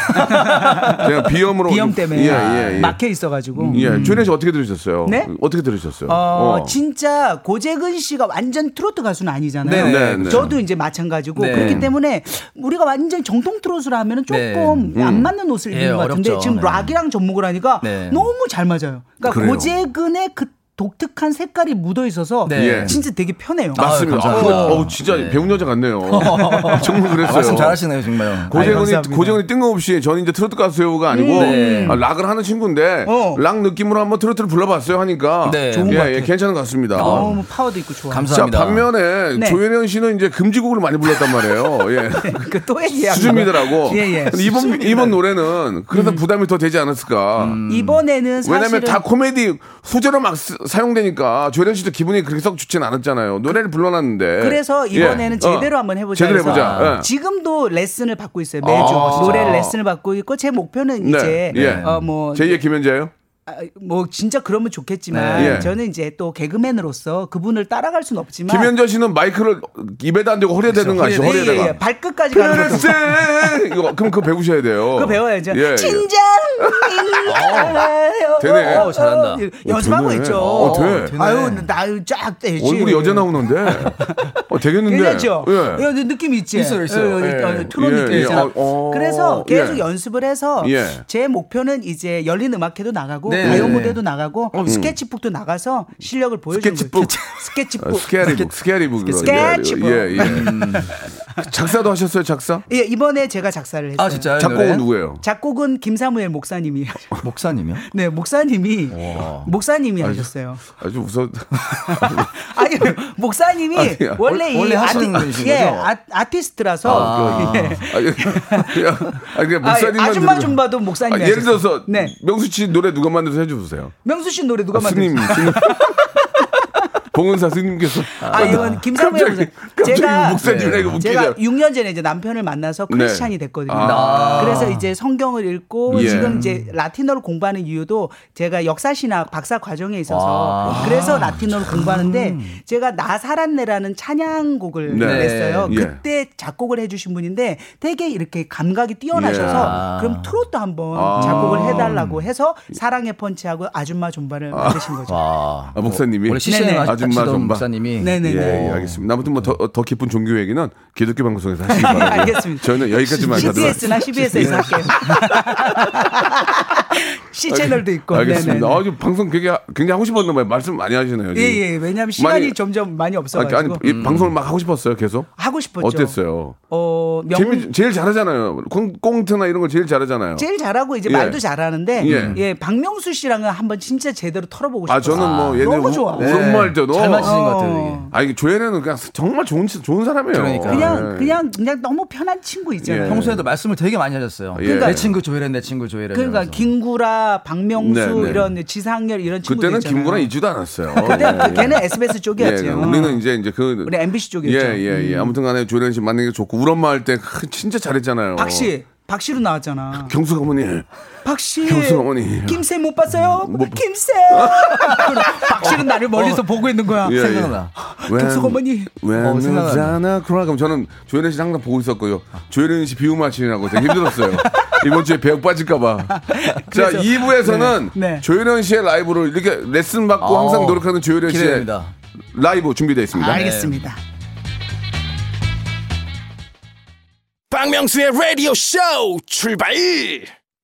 [SPEAKER 3] 제가 비염으로.
[SPEAKER 8] 비염
[SPEAKER 3] 좀-
[SPEAKER 8] 때문에 아,
[SPEAKER 3] 예, 예, 예.
[SPEAKER 8] 막혀 있어가지고.
[SPEAKER 3] 예, 조현 씨 어떻게 들으셨어요?
[SPEAKER 8] 네?
[SPEAKER 3] 어떻게 들으셨어요?
[SPEAKER 8] 어,
[SPEAKER 3] 어.
[SPEAKER 8] 진짜 고재근 씨가 완전 트로트 가수는 아니잖아요.
[SPEAKER 3] 네, 네, 네.
[SPEAKER 8] 저도 이제 마찬가지고
[SPEAKER 3] 네.
[SPEAKER 8] 그렇기 때문에 우리가 완전 정통 트로트라 하면 은
[SPEAKER 10] 네.
[SPEAKER 8] 조금
[SPEAKER 10] 음.
[SPEAKER 8] 안 맞는 옷을
[SPEAKER 10] 예,
[SPEAKER 8] 입는 것 같은데
[SPEAKER 10] 어렵죠.
[SPEAKER 8] 지금
[SPEAKER 10] 네.
[SPEAKER 8] 락이랑 접목을 하니까
[SPEAKER 10] 네.
[SPEAKER 8] 너무 잘 맞아요. 그러니까
[SPEAKER 10] 그래요.
[SPEAKER 8] 고재근의 그 독특한 색깔이 묻어 있어서
[SPEAKER 3] 네.
[SPEAKER 8] 진짜 되게 편해요.
[SPEAKER 3] 맞습니다. 아,
[SPEAKER 10] 감사합니다.
[SPEAKER 3] 어, 진짜 배운 여자 같네요. 아, 정말 그랬어요.
[SPEAKER 10] 아, 말씀 잘하시네요
[SPEAKER 8] 예,
[SPEAKER 10] 정말.
[SPEAKER 3] 고재근이
[SPEAKER 10] 아이,
[SPEAKER 3] 고재근이 뜬금없이 저는 이제 트로트 가수요가 아니고
[SPEAKER 10] 음. 네.
[SPEAKER 3] 아, 락을 하는 친구인데 락 느낌으로 한번 트로트를 불러봤어요 하니까
[SPEAKER 8] 어. 네. 좋은
[SPEAKER 3] 예,
[SPEAKER 8] 것 같아요.
[SPEAKER 3] 예, 괜찮은 것 같습니다. 어.
[SPEAKER 8] 너무 파워도 있고 좋아요.
[SPEAKER 3] 자 반면에
[SPEAKER 8] 네.
[SPEAKER 3] 조현현 씨는 이제 금지곡을 많이 불렀단 말이에요. 예.
[SPEAKER 8] 그러니까 그또 얘기야.
[SPEAKER 3] 수줍이더라고.
[SPEAKER 8] 네. 예, 음. 예.
[SPEAKER 3] 근데 이번 이번 노래는 그래서 부담이 더 되지 않았을까.
[SPEAKER 8] 음. 이번에는
[SPEAKER 3] 음.
[SPEAKER 8] 사실은
[SPEAKER 3] 왜냐면 다 코미디 소재로 막 쓰- 사용되니까 조현 씨도 기분이 그렇게 썩 좋진 않았잖아요. 노래를 불러놨는데.
[SPEAKER 8] 그래서 이번에는
[SPEAKER 3] 예.
[SPEAKER 8] 제대로
[SPEAKER 3] 어.
[SPEAKER 8] 한번 해보자.
[SPEAKER 3] 제대로
[SPEAKER 8] 해서
[SPEAKER 3] 해보자. 예.
[SPEAKER 8] 지금도 레슨을 받고 있어요. 매주
[SPEAKER 3] 아, 진짜?
[SPEAKER 8] 노래 레슨을 받고 있고 제 목표는 이제
[SPEAKER 3] 예.
[SPEAKER 8] 어, 뭐.
[SPEAKER 3] 제2의 김현재예요?
[SPEAKER 8] 아, 뭐 진짜 그러면 좋겠지만
[SPEAKER 3] 네. 예.
[SPEAKER 8] 저는 이제 또 개그맨으로서 그분을 따라갈 순 없지만
[SPEAKER 3] 김현재 씨는 마이크를 입에다 안 대고 허리에 대는 거 아시죠?
[SPEAKER 8] 예,
[SPEAKER 3] 허리에다가.
[SPEAKER 8] 예, 예. 발끝까지 가는
[SPEAKER 3] 플러스
[SPEAKER 8] 거죠.
[SPEAKER 3] 이거 그럼 그거 배우셔야 돼요.
[SPEAKER 8] 그거 배워야죠.
[SPEAKER 3] 예, 예.
[SPEAKER 8] 친정 인가요?
[SPEAKER 3] 되네.
[SPEAKER 8] 어,
[SPEAKER 3] 어, 잘한다.
[SPEAKER 8] 어, 연습하고
[SPEAKER 3] 되네.
[SPEAKER 8] 있죠.
[SPEAKER 3] 어, 돼. 되네.
[SPEAKER 8] 아유, 나쫙 되지.
[SPEAKER 3] 얼굴이 여자 나오는데. 어, 되겠는데.
[SPEAKER 8] 괜찮죠?
[SPEAKER 3] 예.
[SPEAKER 8] 예, 느낌 있지?
[SPEAKER 10] 있어요, 있어요.
[SPEAKER 8] 예, 예,
[SPEAKER 10] 예.
[SPEAKER 8] 예, 트론
[SPEAKER 3] 예,
[SPEAKER 8] 느낌
[SPEAKER 3] 예.
[SPEAKER 8] 있잖아.
[SPEAKER 3] 어, 어.
[SPEAKER 8] 그래서 계속
[SPEAKER 3] 예.
[SPEAKER 8] 연습을 해서
[SPEAKER 3] 예.
[SPEAKER 8] 제 목표는 이제 열린 음악회도 나가고
[SPEAKER 3] 네.
[SPEAKER 8] 가요
[SPEAKER 3] 네.
[SPEAKER 8] 무대도 나가고
[SPEAKER 3] 음.
[SPEAKER 8] 스케치북도 나가서 실력을 보여주는
[SPEAKER 3] 스케치북.
[SPEAKER 8] 거죠. 스케치북.
[SPEAKER 3] 어, 스케리북, 스케리북.
[SPEAKER 8] 스케치북.
[SPEAKER 3] 예, 예. 음. 작사도 하셨어요, 작사?
[SPEAKER 8] 예, 이번에 제가 작사를 했어요.
[SPEAKER 3] 아, 진짜요? 작곡은 노래? 누구예요?
[SPEAKER 8] 작곡은 김사무엘 목사님이
[SPEAKER 10] 목사님이요?
[SPEAKER 8] 네, 목사님이 목사님이
[SPEAKER 3] 아니,
[SPEAKER 8] 하셨어요.
[SPEAKER 3] 아주 무서.
[SPEAKER 8] 아니 목사님이
[SPEAKER 3] 아니, 아,
[SPEAKER 8] 원래 이
[SPEAKER 3] 원래 하시는
[SPEAKER 8] 아티,
[SPEAKER 3] 분이신
[SPEAKER 8] 예,
[SPEAKER 3] 거죠?
[SPEAKER 8] 아, 아티스트라서
[SPEAKER 3] 아,
[SPEAKER 8] 예.
[SPEAKER 3] 아니, 그냥, 아니, 그냥 목사님만
[SPEAKER 8] 아, 아줌마
[SPEAKER 3] 들으면-
[SPEAKER 8] 좀 봐도 목사님이
[SPEAKER 3] 아, 예를
[SPEAKER 8] 하셨어요.
[SPEAKER 3] 들어서
[SPEAKER 8] 네.
[SPEAKER 3] 명수 씨 노래 누가 만들어서 해주세요.
[SPEAKER 8] 명수 씨 노래 누가
[SPEAKER 3] 아, 스님, 스님.
[SPEAKER 8] 만들었어요?
[SPEAKER 3] 봉은사 스님께서.
[SPEAKER 8] 아, 이건 김상무
[SPEAKER 3] 갑자기,
[SPEAKER 8] 목사님.
[SPEAKER 3] 갑자기
[SPEAKER 8] 제가 네.
[SPEAKER 3] 목사님이라 이거 웃기죠.
[SPEAKER 8] 제가 6년 전에 이제 남편을 만나서
[SPEAKER 3] 네.
[SPEAKER 8] 크리스찬이 됐거든요.
[SPEAKER 3] 아.
[SPEAKER 8] 그래서 이제 성경을 읽고
[SPEAKER 3] 예.
[SPEAKER 8] 지금 이제 라틴어를 공부하는 이유도 제가 역사신학 박사 과정에 있어서
[SPEAKER 11] 아.
[SPEAKER 8] 그래서 라틴어를 공부하는데 제가 나 살았네라는 찬양곡을
[SPEAKER 11] 네.
[SPEAKER 8] 냈어요.
[SPEAKER 11] 예.
[SPEAKER 8] 그때 작곡을 해주신 분인데 되게 이렇게 감각이 뛰어나셔서 아.
[SPEAKER 11] 예.
[SPEAKER 8] 그럼 트로트 한번
[SPEAKER 3] 아.
[SPEAKER 8] 작곡을 해달라고 해서 사랑의 펀치하고 아줌마 존바를 만드신 거죠.
[SPEAKER 3] 아, 목사님이
[SPEAKER 10] 뭐
[SPEAKER 8] 원래 CCM 네네.
[SPEAKER 3] 아줌마 신마
[SPEAKER 10] 하시던
[SPEAKER 3] 전반.
[SPEAKER 10] 목사님이.
[SPEAKER 8] 네,
[SPEAKER 3] 예, 예, 알겠습니다. 아무튼 뭐 더 더 깊은 종교 얘기는 기독교 방송에서 하시기 바랍니다.
[SPEAKER 8] 알겠습니다.
[SPEAKER 3] 저희는 여기까지만 하도록
[SPEAKER 8] CBS나 CBS에서 할게요. C 채널도 있고.
[SPEAKER 3] 알겠습니다.
[SPEAKER 8] 네네네.
[SPEAKER 3] 아, 지금 방송 되게 굉장히 하고 싶었나 봐요. 말씀 많이 하시네요. 지금.
[SPEAKER 8] 예, 예. 왜냐하면 시간이
[SPEAKER 3] 많이-
[SPEAKER 8] 점점 많이
[SPEAKER 3] 아니,
[SPEAKER 8] 없어가지고.
[SPEAKER 3] 아니 이
[SPEAKER 8] 음.
[SPEAKER 3] 방송을 막 하고 싶었어요. 계속.
[SPEAKER 8] 하고 싶었죠.
[SPEAKER 3] 어땠어요?
[SPEAKER 8] 어, 명...
[SPEAKER 3] 재미, 제일 잘하잖아요. 꽁, 꽁트나 이런 걸 제일 잘하잖아요.
[SPEAKER 8] 제일 잘하고 이제
[SPEAKER 3] 예.
[SPEAKER 8] 말도 잘하는데
[SPEAKER 3] 예.
[SPEAKER 8] 예. 박명수 씨랑은 한번 진짜 제대로 털어보고 싶어요.
[SPEAKER 3] 아 저는 뭐
[SPEAKER 8] 아,
[SPEAKER 3] 얘네
[SPEAKER 8] 너무 좋아.
[SPEAKER 3] 우롱말 때도
[SPEAKER 10] 잘 맞으신 것 같아요,
[SPEAKER 3] 아 이게 조연애는 그냥 정말 좋은 친- 좋은 사람이에요.
[SPEAKER 10] 그러니까.
[SPEAKER 8] 그냥
[SPEAKER 3] 예.
[SPEAKER 8] 그냥 그냥 너무 편한 친구 있잖아요.
[SPEAKER 10] 예. 평소에도 말씀을 되게 많이 하셨어요.
[SPEAKER 3] 예. 그러니까-
[SPEAKER 10] 내 친구 조혜련, 내 친구 조혜련.
[SPEAKER 8] 그러니까 김구라, 박명수
[SPEAKER 3] 예. 네, 네.
[SPEAKER 8] 이런 지상렬 이런 친구들
[SPEAKER 3] 그때는
[SPEAKER 8] 있잖아요.
[SPEAKER 3] 김구랑 잊지도 않았어요. 네,
[SPEAKER 8] 그때 걔는 SBS 쪽이었지.
[SPEAKER 3] 예, 우리는 이제 이제 그
[SPEAKER 8] 우리 MBC 쪽이었죠. 음.
[SPEAKER 3] 예예 예. 아무튼간에 조련 씨 만나는 게 좋고 우리 엄마 할때 진짜 잘했잖아요.
[SPEAKER 8] 박씨,
[SPEAKER 3] 어.
[SPEAKER 8] 박씨로 나왔잖아.
[SPEAKER 3] 경수 어머니.
[SPEAKER 8] 박씨,
[SPEAKER 3] 경수 어머니. 음,
[SPEAKER 8] 김쌤 못 봤어요? 김쌤. 박씨는 나를 멀리서 보고 있는 거야.
[SPEAKER 3] 예,
[SPEAKER 8] 생각나. 경수 어머니.
[SPEAKER 3] 왜
[SPEAKER 8] 어, 생각나.
[SPEAKER 3] 누잖아 그러나 그럼 저는 조혜련 씨 항상 보고 있었고요. 조혜련 씨 비움 마치느라고 되게 힘들었어요. 이번 주에 배우 빠질까봐. 자,
[SPEAKER 1] 그래서-
[SPEAKER 3] 2부에서는
[SPEAKER 1] 네, 네.
[SPEAKER 3] 조혜련 씨의 라이브로 이렇게 레슨 받고
[SPEAKER 1] 어,
[SPEAKER 3] 항상 노력하는 조혜련 씨의
[SPEAKER 1] 기대됩니다.
[SPEAKER 3] 라이브 준비되어 있습니다.
[SPEAKER 8] 알겠습니다.
[SPEAKER 1] 박명수의 라디오 쇼 출발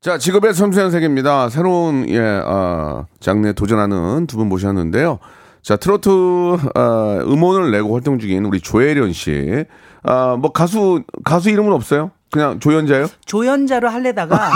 [SPEAKER 3] 자, 직업의 섬세한 세계입니다. 새로운 예, 아, 장르에 도전하는 두 분 모셨는데요. 자, 트로트 아, 음원을 내고 활동 중인 우리 조혜련 씨. 아, 뭐 가수 가수 이름은 없어요? 그냥 조연자요?
[SPEAKER 8] 조연자로 할래다가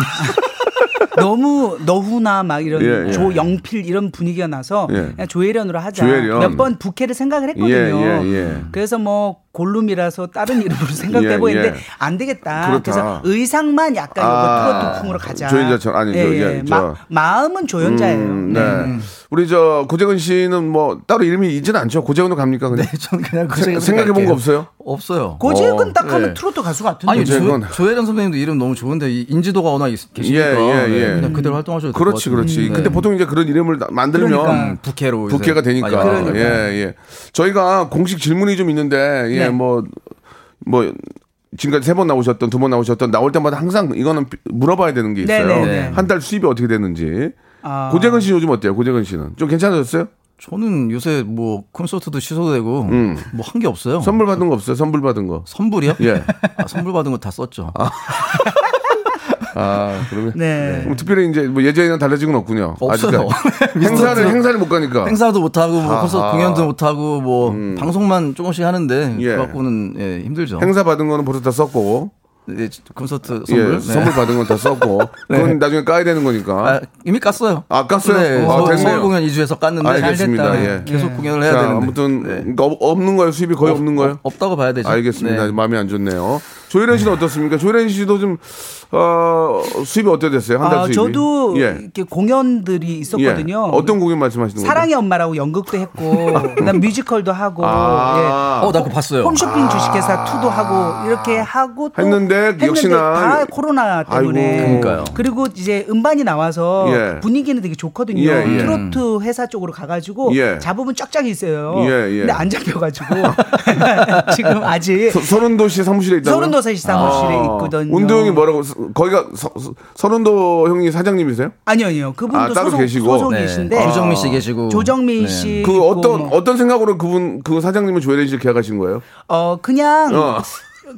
[SPEAKER 8] 너무 너후나 막 이런
[SPEAKER 3] 예, 예.
[SPEAKER 8] 조영필 이런 분위기가 나서
[SPEAKER 3] 예.
[SPEAKER 8] 그냥 조혜련으로 하자.
[SPEAKER 3] 조혜련.
[SPEAKER 8] 몇 번 부캐를 생각을 했거든요.
[SPEAKER 3] 예, 예, 예.
[SPEAKER 8] 그래서 뭐 골룸이라서 다른 이름으로 생각되고
[SPEAKER 3] 예, 예.
[SPEAKER 8] 했는데 안 되겠다.
[SPEAKER 3] 그렇다.
[SPEAKER 8] 그래서 의상만 약간
[SPEAKER 3] 아,
[SPEAKER 8] 요거 트로트 풍으로 가자.
[SPEAKER 3] 조연자처럼. 아니, 저, 예, 저.
[SPEAKER 8] 마, 마음은 조연자예요.
[SPEAKER 3] 음, 네. 우리 저 고재근 씨는 뭐 따로 이름이 있진 않죠. 고재근으로 갑니까 그냥?
[SPEAKER 10] 네, 저는 그냥
[SPEAKER 8] 고재근으로
[SPEAKER 3] 생각해 본
[SPEAKER 10] 갈게요.
[SPEAKER 3] 거 없어요?
[SPEAKER 10] 없어요.
[SPEAKER 8] 고재근 딱 하면
[SPEAKER 10] 예.
[SPEAKER 8] 트로트 가수 같은데.
[SPEAKER 10] 아니 조,
[SPEAKER 3] 어쨌건.
[SPEAKER 10] 조혜련 선배님도 이름 너무 좋은데 이 인지도가 워낙 있- 계시니까
[SPEAKER 3] 예, 예, 예.
[SPEAKER 10] 네, 그냥 그대로 활동하셔도 될것
[SPEAKER 3] 그렇지,
[SPEAKER 10] 같아요.
[SPEAKER 3] 그렇지.
[SPEAKER 10] 음,
[SPEAKER 3] 근데
[SPEAKER 10] 네.
[SPEAKER 3] 보통 이제 그런 이름을 나- 만들면
[SPEAKER 10] 그러니까. 부캐로 이제
[SPEAKER 3] 부캐가
[SPEAKER 10] 많이
[SPEAKER 3] 되니까.
[SPEAKER 10] 만들어요.
[SPEAKER 3] 예, 예. 저희가 공식 질문이 좀 있는데, 예,
[SPEAKER 10] 네.
[SPEAKER 3] 뭐, 뭐, 지금까지 세 번 나오셨던, 두 번 나오셨던, 나올 때마다 항상 이거는 비- 물어봐야 되는 게 있어요.
[SPEAKER 10] 네, 네, 네.
[SPEAKER 3] 한 달 수입이 어떻게 되는지.
[SPEAKER 10] 아.
[SPEAKER 3] 고재근 씨 요즘 어때요? 고재근 씨는 좀 괜찮아졌어요?
[SPEAKER 10] 저는 요새 뭐 콘서트도 취소되고 뭐 한 게 없어요.
[SPEAKER 3] 음. 선물 받은 거 없어요? 선물 받은 거?
[SPEAKER 10] 선불이요?
[SPEAKER 3] 예.
[SPEAKER 10] 아, 선불 받은 거 다 썼죠.
[SPEAKER 3] 아, 그러면
[SPEAKER 10] 네.
[SPEAKER 3] 그럼 특별히 이제 뭐 예전이랑 달라진 건 없군요.
[SPEAKER 10] 없어요. 네,
[SPEAKER 3] 아직까지. 행사를 행사를 못 가니까.
[SPEAKER 10] 행사도 못 하고 뭐
[SPEAKER 3] 아하. 음.
[SPEAKER 10] 콘서트 공연도 못 하고 뭐 방송만 조금씩 하는데
[SPEAKER 3] 예.
[SPEAKER 10] 그거 갖고는 예, 힘들죠.
[SPEAKER 3] 행사 받은 거는 벌써 다 썼고.
[SPEAKER 10] 예, 콘서트 선물
[SPEAKER 3] 예,
[SPEAKER 10] 네.
[SPEAKER 3] 선물 받은 건 다 썼고. 그건
[SPEAKER 10] 네.
[SPEAKER 3] 나중에 까야 되는 거니까.
[SPEAKER 10] 아, 이미 깠어요.
[SPEAKER 3] 아, 깠어요?
[SPEAKER 10] 네,
[SPEAKER 3] 아,
[SPEAKER 10] 서울,
[SPEAKER 3] 됐네요.
[SPEAKER 10] 서울 공연 2주에서 깠는데
[SPEAKER 3] 알겠습니다.
[SPEAKER 10] 잘 됐다.
[SPEAKER 3] 예.
[SPEAKER 10] 계속 공연을 해야
[SPEAKER 3] 자,
[SPEAKER 10] 되는데. 네.
[SPEAKER 3] 아무튼 그러니까 없- 없는 거예요. 수입이 거의
[SPEAKER 10] 없-
[SPEAKER 3] 없는 거예요.
[SPEAKER 10] 없다고 봐야 되죠.
[SPEAKER 3] 알겠습니다.
[SPEAKER 10] 네.
[SPEAKER 3] 마음이 안 좋네요. 조혜련 씨는 어떻습니까? 조혜련 씨도 좀 어, 수입이 어떻게 됐어요? 한 달
[SPEAKER 8] 아,
[SPEAKER 3] 수입이?
[SPEAKER 8] 저도
[SPEAKER 3] 예.
[SPEAKER 8] 이렇게 공연들이 있었거든요.
[SPEAKER 3] 예. 어떤 공연 말씀하시는 거예요?
[SPEAKER 8] 사랑의 엄마라고 연극도 했고, 그다음 뮤지컬도 하고,
[SPEAKER 3] 아.
[SPEAKER 8] 예.
[SPEAKER 10] 뭐,
[SPEAKER 3] 어, 나 그거 봤어요.
[SPEAKER 8] 홈쇼핑 주식회사 투도 하고 이렇게 하고 또
[SPEAKER 3] 했는데 역시나
[SPEAKER 8] 다 코로나 때문에
[SPEAKER 3] 아이고. 그러니까요.
[SPEAKER 8] 그리고 이제 음반이 나와서
[SPEAKER 3] 예.
[SPEAKER 8] 분위기는 되게 좋거든요.
[SPEAKER 3] 예, 예.
[SPEAKER 8] 트로트 회사 쪽으로 가가지고
[SPEAKER 3] 예.
[SPEAKER 8] 잡으면 쫙쫙 있어요.
[SPEAKER 3] 예, 예.
[SPEAKER 8] 근데 안 잡혀가지고 지금
[SPEAKER 10] 예.
[SPEAKER 8] 아직
[SPEAKER 3] 서른도 시 사무실에 있다.
[SPEAKER 8] 서른도 시 사무실에 있거든요.
[SPEAKER 3] 아. 운도 형이 뭐라고 서- 거기가 서, 서- 서른도 형이 사장님이세요?
[SPEAKER 8] 아니요, 아니요. 그분도
[SPEAKER 3] 아, 따로
[SPEAKER 8] 소속,
[SPEAKER 3] 계시고.
[SPEAKER 8] 소속이신데
[SPEAKER 3] 네. 조정민 씨 계시고.
[SPEAKER 8] 조정민
[SPEAKER 3] 네.
[SPEAKER 8] 씨.
[SPEAKER 3] 그
[SPEAKER 8] 있고
[SPEAKER 3] 어떤
[SPEAKER 8] 뭐.
[SPEAKER 3] 어떤 생각으로 그분 그 사장님을 조혜련 씨를 계약하신 거예요?
[SPEAKER 8] 어 그냥
[SPEAKER 3] 어.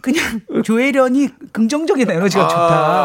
[SPEAKER 8] 그냥 조혜련이 긍정적인 에너지가
[SPEAKER 3] 아,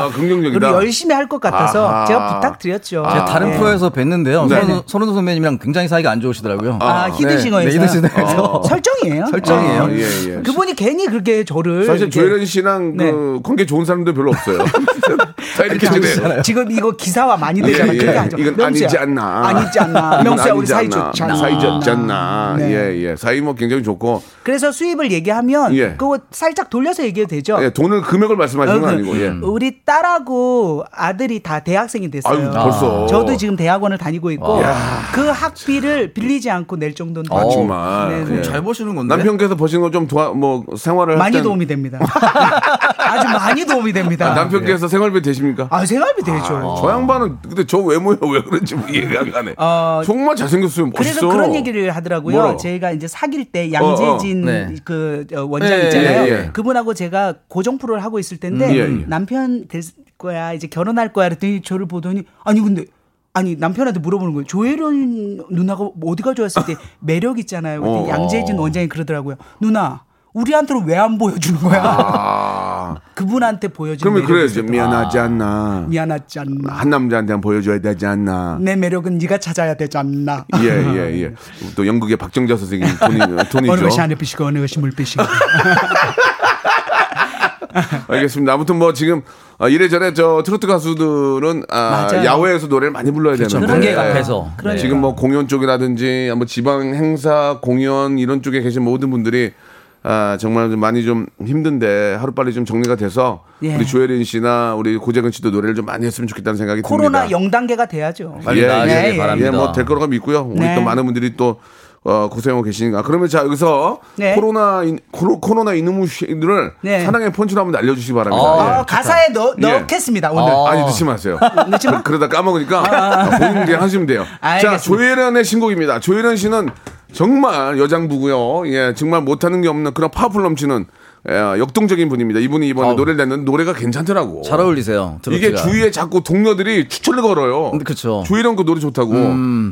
[SPEAKER 8] 좋다.
[SPEAKER 3] 긍정적이다.
[SPEAKER 8] 그리고 열심히 할 것 같아서
[SPEAKER 10] 아하.
[SPEAKER 8] 제가 부탁드렸죠.
[SPEAKER 10] 제가 다른
[SPEAKER 8] 네.
[SPEAKER 10] 프로에서 뵀는데요.
[SPEAKER 8] 네.
[SPEAKER 10] 서른- 서른도 선배님이랑 굉장히 사이가 안 좋으시더라고요.
[SPEAKER 8] 아, 히든싱어에서.
[SPEAKER 10] 네, 네, 히든싱어에서.
[SPEAKER 8] 설정이에요.
[SPEAKER 10] 설정이에요.
[SPEAKER 3] 아, 예, 예.
[SPEAKER 8] 그분이 괜히 그렇게 저를
[SPEAKER 3] 사실
[SPEAKER 8] 이렇게
[SPEAKER 3] 조혜련 씨랑
[SPEAKER 8] 네.
[SPEAKER 3] 그 관계 좋은 사람들 별로 없어요. 다 이렇게
[SPEAKER 8] 이렇게
[SPEAKER 3] 지내요.
[SPEAKER 8] 지금 이거 기사화 많이 되잖아.
[SPEAKER 3] 예,
[SPEAKER 8] 그게
[SPEAKER 3] 예.
[SPEAKER 8] 아니죠.
[SPEAKER 3] 이건
[SPEAKER 8] 명수야.
[SPEAKER 3] 아니지 않나.
[SPEAKER 8] 아니지 않나.
[SPEAKER 3] 이건
[SPEAKER 8] 명수야
[SPEAKER 3] 아니지
[SPEAKER 8] 우리 사이
[SPEAKER 3] 않나.
[SPEAKER 8] 좋지 않나.
[SPEAKER 3] 사이 좋지 않나.
[SPEAKER 8] 네.
[SPEAKER 3] 예, 예. 사이 뭐 굉장히 좋고.
[SPEAKER 8] 그래서 수입을 얘기하면
[SPEAKER 3] 예.
[SPEAKER 8] 그거 살짝 돌려서 얘기해도 되죠.
[SPEAKER 3] 예, 돈을 금액을 말씀하시는 건
[SPEAKER 8] 어, 그,
[SPEAKER 3] 아니고. 예.
[SPEAKER 8] 우리 딸하고 아들이 다 대학생이
[SPEAKER 3] 아유,
[SPEAKER 8] 됐어요.
[SPEAKER 3] 벌써.
[SPEAKER 8] 저도 지금 대학원을 다니고 있고
[SPEAKER 3] 야.
[SPEAKER 8] 그 학비를 빌리지 않고 낼 정도는
[SPEAKER 3] 아,
[SPEAKER 8] 돼요.
[SPEAKER 3] 정말.
[SPEAKER 8] 네, 네.
[SPEAKER 3] 예.
[SPEAKER 10] 버시는 건데.
[SPEAKER 3] 남편께서 버시는 거 좀 도와 뭐 생활을
[SPEAKER 8] 많이
[SPEAKER 3] 할 땐-
[SPEAKER 8] 도움이 됩니다. 아주 많이 도움이 됩니다.
[SPEAKER 3] 아, 남편께서 생활비 되십니까?
[SPEAKER 8] 아, 생활비 되죠.
[SPEAKER 3] 아, 저 양반은 근데 저 외모야 왜 그런지 뭐 이해가 안 가네.
[SPEAKER 8] 어,
[SPEAKER 3] 정말 잘생겼어요. 멋있어.
[SPEAKER 8] 그래서 그런 얘기를 하더라고요.
[SPEAKER 3] 뭐라고?
[SPEAKER 8] 제가 이제 사귈 때 양재진
[SPEAKER 3] 어, 어. 네.
[SPEAKER 8] 그 어, 원장
[SPEAKER 3] 예,
[SPEAKER 8] 있잖아요.
[SPEAKER 3] 예, 예.
[SPEAKER 8] 그분하고 제가 고정 프로를 하고 있을 때인데
[SPEAKER 3] 음, 예, 예.
[SPEAKER 8] 남편 될 거야 이제 결혼할 거야 그랬더니 저를 보더니 아니 근데
[SPEAKER 6] 아니 남편한테 물어보는 거예요. 조혜련 누나가 뭐 어디가 좋았을 때 매력 있잖아요. 근데
[SPEAKER 3] 어.
[SPEAKER 6] 양재진 원장이 그러더라고요. 누나 우리한테는 왜 안 보여주는 거야?
[SPEAKER 3] 아.
[SPEAKER 6] 그분한테 보여주는
[SPEAKER 3] 그러면
[SPEAKER 6] 매력이
[SPEAKER 3] 그래야지.
[SPEAKER 6] 있었던
[SPEAKER 3] 미안하지
[SPEAKER 6] 거야.
[SPEAKER 3] 않나.
[SPEAKER 8] 예.
[SPEAKER 6] 미안하지 않나.
[SPEAKER 3] 한 남자한테 한번 보여줘야 되지 않나.
[SPEAKER 6] 내 매력은 네가 찾아야 되지 않나.
[SPEAKER 3] 예, 예, 예. 또 영국의 박정자 선생님 톤이, 톤이죠.
[SPEAKER 6] 어느 것이 하늘빛이고 어느 것이 물빛이고.
[SPEAKER 3] 알겠습니다. 아무튼 뭐 지금 아, 이래저래 저 트로트 가수들은 아,
[SPEAKER 6] 맞아요.
[SPEAKER 3] 야외에서 노래를 많이 불러야
[SPEAKER 10] 그렇죠.
[SPEAKER 3] 되는데
[SPEAKER 10] 관객 앞에서.
[SPEAKER 3] 예.
[SPEAKER 10] 그러니까.
[SPEAKER 3] 지금 뭐 공연 쪽이라든지 뭐 지방 행사 공연 이런 쪽에 계신 모든 분들이 아, 정말 좀 많이 좀 힘든데 하루빨리 좀 정리가 돼서
[SPEAKER 6] 예.
[SPEAKER 3] 우리 조혜린 씨나 우리 고재근 씨도 노래를 좀 많이 했으면 좋겠다는 생각이
[SPEAKER 6] 코로나
[SPEAKER 3] 듭니다.
[SPEAKER 6] 0 단계가 돼야죠.
[SPEAKER 3] 빨리
[SPEAKER 10] 나아지길 바랍니다.
[SPEAKER 3] 예, 뭐될 거라고 믿고요. 우리
[SPEAKER 6] 네.
[SPEAKER 3] 또 많은 분들이 또 어, 고생하고 계시니까. 그러면 자, 여기서
[SPEAKER 6] 네.
[SPEAKER 3] 코로나, 인, 코로, 코로나 이놈의 씨들을
[SPEAKER 6] 네.
[SPEAKER 3] 사랑의 펀치로 한번 날려주시기 바랍니다.
[SPEAKER 6] 아,
[SPEAKER 3] 예.
[SPEAKER 6] 가사에 네. 넣,
[SPEAKER 3] 예.
[SPEAKER 6] 넣겠습니다 오늘.
[SPEAKER 10] 어.
[SPEAKER 3] 아니 넣지 마세요.
[SPEAKER 6] 넣지 마?
[SPEAKER 3] 그, 러다 까먹으니까 아, 보는 게 하시면 돼요.
[SPEAKER 6] 알겠습니다.
[SPEAKER 3] 자 조혜련의 신곡입니다. 조혜련 씨는 정말 여장부고요. 예, 정말 못하는 게 없는 그런 파워풀 넘치는 예, 역동적인 분입니다. 이분이 이번에 노래를 냈는데 노래가 괜찮더라고.
[SPEAKER 10] 잘 어울리세요.
[SPEAKER 3] 이게
[SPEAKER 10] 트로트가.
[SPEAKER 3] 주위에 자꾸 동료들이 추천을 걸어요.
[SPEAKER 10] 그쵸.
[SPEAKER 3] 조혜련 그 노래 좋다고.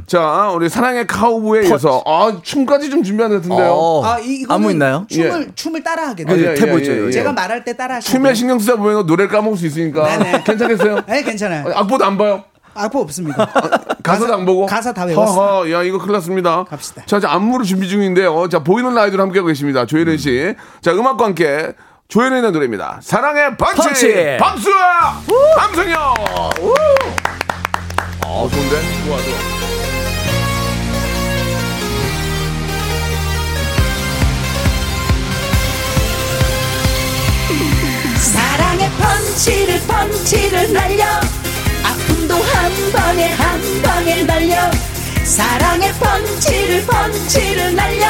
[SPEAKER 3] 자 우리 사랑의 카우보에 이어서 아 춤까지 좀 준비하는 듯한데요.
[SPEAKER 10] 어.
[SPEAKER 6] 아, 이- 이거는
[SPEAKER 10] 안무 있나요?
[SPEAKER 6] 춤을 춤을 따라
[SPEAKER 8] 그
[SPEAKER 6] 하겠네요.
[SPEAKER 3] 예, 예,
[SPEAKER 10] 태보 있죠,
[SPEAKER 3] 예, 예, 예.
[SPEAKER 6] 제가 말할 때 따라 하시면
[SPEAKER 3] 춤에 신경 쓰다 보면 노래를 까먹을 수 있으니까
[SPEAKER 6] 네, 네.
[SPEAKER 3] 괜찮겠어요?
[SPEAKER 6] 네, 괜찮아요.
[SPEAKER 3] 악보도 안 봐요.
[SPEAKER 6] 악보 없습니다.
[SPEAKER 3] 아. 가사도 안 보고
[SPEAKER 6] 가사 다 외웠어.
[SPEAKER 3] 허허, 야 이거 큰일 났습니다.
[SPEAKER 6] 갑시다.
[SPEAKER 3] 자, 이제 안무를 준비 중인데요. 자, 보이는 라이브로 함께하고 계십니다.
[SPEAKER 6] 음.
[SPEAKER 3] 조혜련 씨. 자, 음악과 함께 조혜련의 노래입니다. 사랑의 반치.
[SPEAKER 10] 펀치!
[SPEAKER 3] 박수! 함성요! 우! 아, 좋은데? 좋아, 좋아.
[SPEAKER 8] 사랑의 펀치를 펀치를 날려 아픔도 한 방에 한 방에 날려 사랑의 펀치를 펀치를 날려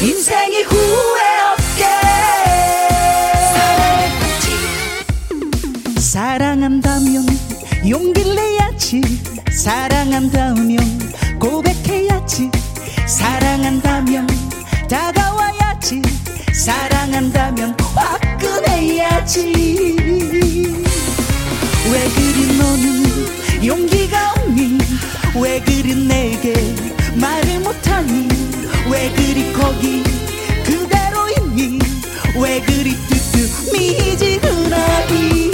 [SPEAKER 8] 인생이 후회 없게 사랑의 펀치. 사랑한다면 용기를 내야지 사랑한다면 고백해야지 사랑한다면 다가와야지 사랑한다면 화끈해야지 왜 그리 너는 용기가 없니 왜 그리 내게 말을 못하니 왜 그리 거기 그대로 있니 왜 그리 뜨뜻 미지근하니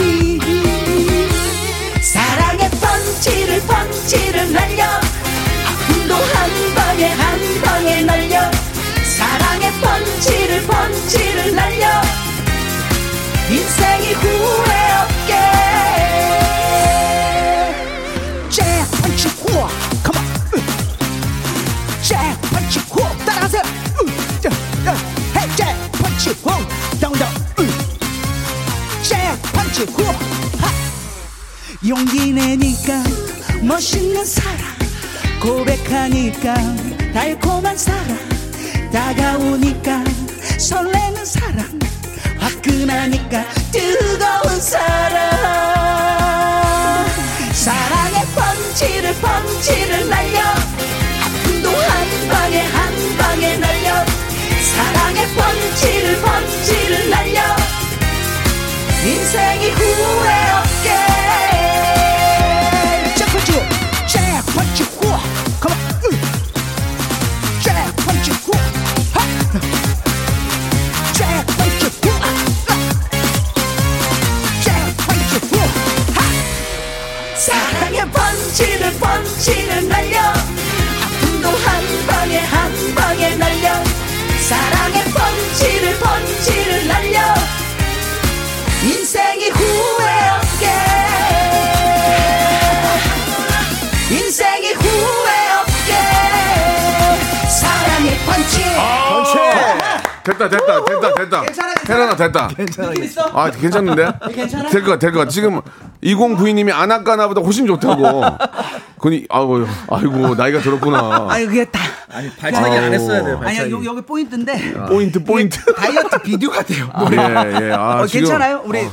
[SPEAKER 8] 사랑의 펀치를 펀치를 날려 아픔도 한 방에 한 방에 날려 사랑의 펀치를 펀치를 날려 인생이 후회 없게 잭 펀치 호 컴온 잭 펀치 호 따라하세요 헤잭 펀치 호 다운다운 잭 펀치 호 하. 용기 내니까 멋있는 사랑 고백하니까 달콤한 사랑 다가오니까 설레는 사랑 화끈하니까 뜨거운 사랑 사랑의 펀치를 펀치를 날려 아픔도 한 방에 한 방에 날려 사랑의 펀치를 펀치를 날려 인생이 후회 없게 잭펀치 잭펀치 후 가만 잭펀치 후 잭펀치 후 Uh. 잭펀치 후 사랑의 펀치를 펀치를 날려 아픔도 한 방에 한 방에 날려 사랑의 펀치를 펀치를 날려 인생이 후회 없게 인생이 후회 없게 사랑의 펀치
[SPEAKER 10] 어.
[SPEAKER 3] 됐다, 됐다, 됐다, 됐다.
[SPEAKER 6] 괜찮아, 괜찮아.
[SPEAKER 3] 혜련아, 됐다.
[SPEAKER 6] 있어?
[SPEAKER 3] 아, 괜찮은데?
[SPEAKER 6] 네, 괜찮아?
[SPEAKER 3] 될 것 같아, 될것 같아. 지금 2092님이 안 아까나보다 훨씬 좋다고. 그니, 아이고, 아이고, 나이가 들었구나.
[SPEAKER 6] 아니 그게 다
[SPEAKER 10] 발차기
[SPEAKER 3] 안 했어야 돼요,
[SPEAKER 6] 아니야 요- 여기 포인트인데
[SPEAKER 3] 포인트, 포인트.
[SPEAKER 6] 다이어트 비디오 같아요.
[SPEAKER 3] 예, 예. 아,
[SPEAKER 6] 어,
[SPEAKER 3] 지금- 아,
[SPEAKER 6] 괜찮아요? 우리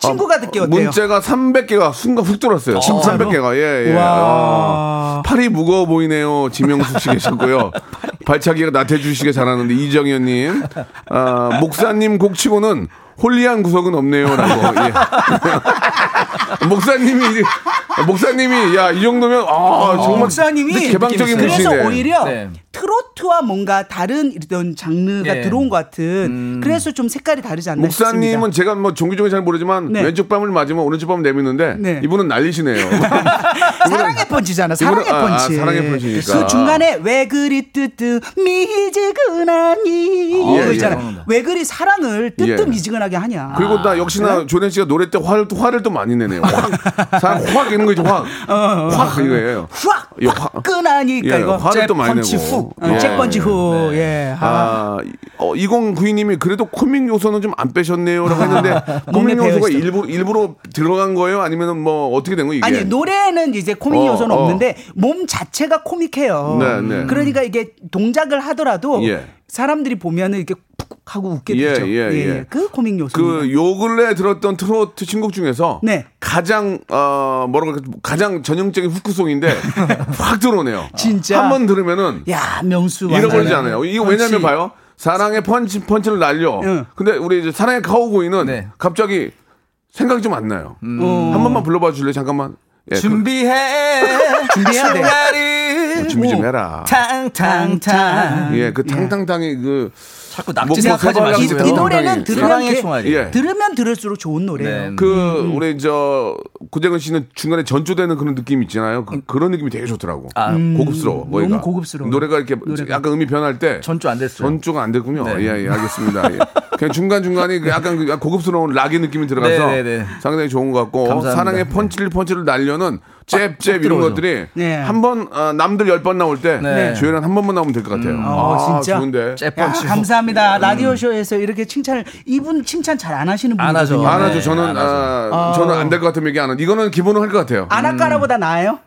[SPEAKER 6] 친구가 듣기 어때요?
[SPEAKER 3] 문제가 300개가 순간 훅 들어왔어요. 진짜 300개가 예, 예. 아, 팔이 무거워 보이네요. 지명숙 씨 계셨고요. 발차기가 나태주 씨가 잘하는데 이정현님, 아, 목사님 곡치고는 홀리한 구석은 없네요라고. 예. 목사님이 이제- 목사님이 야 이 정도면 아
[SPEAKER 8] 어,
[SPEAKER 3] 정말
[SPEAKER 8] 목사님이
[SPEAKER 3] 개방적인
[SPEAKER 8] 그래서
[SPEAKER 3] 분이시네.
[SPEAKER 8] 오히려 트로트와 뭔가 다른 이런 장르가
[SPEAKER 3] 예. 음.
[SPEAKER 8] 들어온 것 같은 그래서 좀 색깔이 다르지 않나 싶습니다.
[SPEAKER 3] 목사님은 제가 뭐 종교적인 잘 모르지만
[SPEAKER 8] 네.
[SPEAKER 3] 왼쪽 밤을 맞으면 오른쪽 밤을 내미는데
[SPEAKER 8] 네.
[SPEAKER 3] 이분은 날리시네요.
[SPEAKER 8] 사랑의 펀치잖아. 사랑의
[SPEAKER 3] 이거는- 아, 아,
[SPEAKER 8] 펀치.
[SPEAKER 3] 사랑의 펀치니까.
[SPEAKER 8] 그 중간에 왜 그리 뜨뜻 미지근하니
[SPEAKER 3] 아,
[SPEAKER 8] 이거
[SPEAKER 3] 예,
[SPEAKER 8] 있잖아.
[SPEAKER 3] 예.
[SPEAKER 8] 왜 그리 사랑을 뜨뜻
[SPEAKER 3] 예.
[SPEAKER 8] 미지근하게 하냐.
[SPEAKER 3] 그리고 나
[SPEAKER 8] 네.
[SPEAKER 3] 역시나 조련 씨가 노래 때 화를 또 화를 또 많이 내네요.
[SPEAKER 8] 아.
[SPEAKER 3] 확, 사람 확 이런 거 있죠. 확,
[SPEAKER 8] 어,
[SPEAKER 3] 확 이거예요.
[SPEAKER 8] 확
[SPEAKER 3] 이거 확.
[SPEAKER 8] 끈하니까
[SPEAKER 3] 예,
[SPEAKER 8] 이거
[SPEAKER 3] 화를 또 많이
[SPEAKER 8] 잭펀치
[SPEAKER 3] 내고.
[SPEAKER 8] 후. 어,
[SPEAKER 3] 예.
[SPEAKER 8] 잭펀치 후. 예. 아.
[SPEAKER 3] 아, 어, 2092님이 그래도 코믹 요소는 좀 안 빼셨네요라고 했는데
[SPEAKER 8] 아. 몸에
[SPEAKER 3] 코믹 요소가
[SPEAKER 8] 배어있어.
[SPEAKER 3] 일부 일부러 들어간 거예요? 아니면 뭐 어떻게 된 거예요? 이게?
[SPEAKER 8] 아니 노래는 이제 코믹
[SPEAKER 3] 어,
[SPEAKER 8] 요소는
[SPEAKER 3] 어.
[SPEAKER 8] 없는데 몸 자체가 코믹해요.
[SPEAKER 3] 네, 네.
[SPEAKER 8] 그러니까 이게 동작을 하더라도
[SPEAKER 3] 예.
[SPEAKER 8] 사람들이 보면은 이렇게 푹 하고 웃게
[SPEAKER 3] 예,
[SPEAKER 8] 되죠.
[SPEAKER 3] 예, 예.
[SPEAKER 8] 그 코믹 요소.
[SPEAKER 3] 그 요 근래 들었던 트로트 신곡 중에서
[SPEAKER 8] 네.
[SPEAKER 3] 가장 어 뭐라고 할까, 가장 전형적인 후크송인데 확 들어오네요.
[SPEAKER 8] 진짜.
[SPEAKER 3] 한 번 들으면은
[SPEAKER 8] 야 명수
[SPEAKER 3] 잃어버리지
[SPEAKER 8] 완전히.
[SPEAKER 3] 않아요. 그 이거 왜냐면
[SPEAKER 8] 그렇지.
[SPEAKER 3] 봐요. 사랑의 펀치 펀치를 날려. 근데 우리 이제 사랑의 카우보이는 갑자기 생각이 좀 안 나요.
[SPEAKER 10] 어.
[SPEAKER 3] 한 번만 불러봐 줄래? 요 잠깐만. 예, 그-
[SPEAKER 10] 준비해
[SPEAKER 8] 준비해야 돼.
[SPEAKER 10] 출발을
[SPEAKER 3] 준비 좀 해라.
[SPEAKER 10] 탕탕탕
[SPEAKER 3] 예, 그 탕탕탕이 그
[SPEAKER 10] 자꾸
[SPEAKER 3] 목포
[SPEAKER 10] 낙지 생각하지
[SPEAKER 3] 서방이
[SPEAKER 8] 이,
[SPEAKER 10] 마시고요.
[SPEAKER 8] 이 노래는 들으면
[SPEAKER 10] 사랑의
[SPEAKER 8] 게-
[SPEAKER 10] 송아지.
[SPEAKER 3] 예.
[SPEAKER 8] 들으면 들을수록 좋은
[SPEAKER 10] 네.
[SPEAKER 8] 노래예요.
[SPEAKER 3] 그 우리 저 고재근 씨는 중간에 전조되는 그런 느낌 있잖아요. 그, 런 느낌이 되게 좋더라고.
[SPEAKER 10] 아.
[SPEAKER 8] 음.
[SPEAKER 3] 고급스러워.
[SPEAKER 10] 너무
[SPEAKER 3] 뭐가.
[SPEAKER 10] 고급스러워.
[SPEAKER 3] 노래가 이렇게 약간 음이 변할 때 전조 안 됐어요. 전조가 안 됐군요.
[SPEAKER 10] 네.
[SPEAKER 3] 예, 예, 알겠습니다. 예. 그냥 중간 중간에 약간 그 고급스러운 락의 느낌이 들어가서
[SPEAKER 10] 네, 네, 네.
[SPEAKER 3] 상당히 좋은 것 같고 어,
[SPEAKER 10] 감사합니다. 네.
[SPEAKER 3] 사랑의 펀치를 펀치를 날려는 잽잽 이런
[SPEAKER 10] 들어오죠.
[SPEAKER 3] 것들이
[SPEAKER 10] 네.
[SPEAKER 3] 한 번 어, 남들 열 번 나올 때
[SPEAKER 10] 네.
[SPEAKER 3] 조연은 한 번만 나오면 될 것 같아요.
[SPEAKER 8] 어,
[SPEAKER 3] 아,
[SPEAKER 8] 진짜.
[SPEAKER 3] 좋은데.
[SPEAKER 8] 야, 감사합니다.
[SPEAKER 10] 음.
[SPEAKER 8] 라디오 쇼에서 이렇게 칭찬을 이분 칭찬 잘 안 하시는 분이거든요.
[SPEAKER 3] 네. 안 하죠.
[SPEAKER 10] 네,
[SPEAKER 3] 저는 아,
[SPEAKER 8] 아.
[SPEAKER 3] 저는 안 될 것 같으면 얘기 안 하는. 이거는 기본으로 할 것 같아요.
[SPEAKER 8] 아나까라보다 나아요?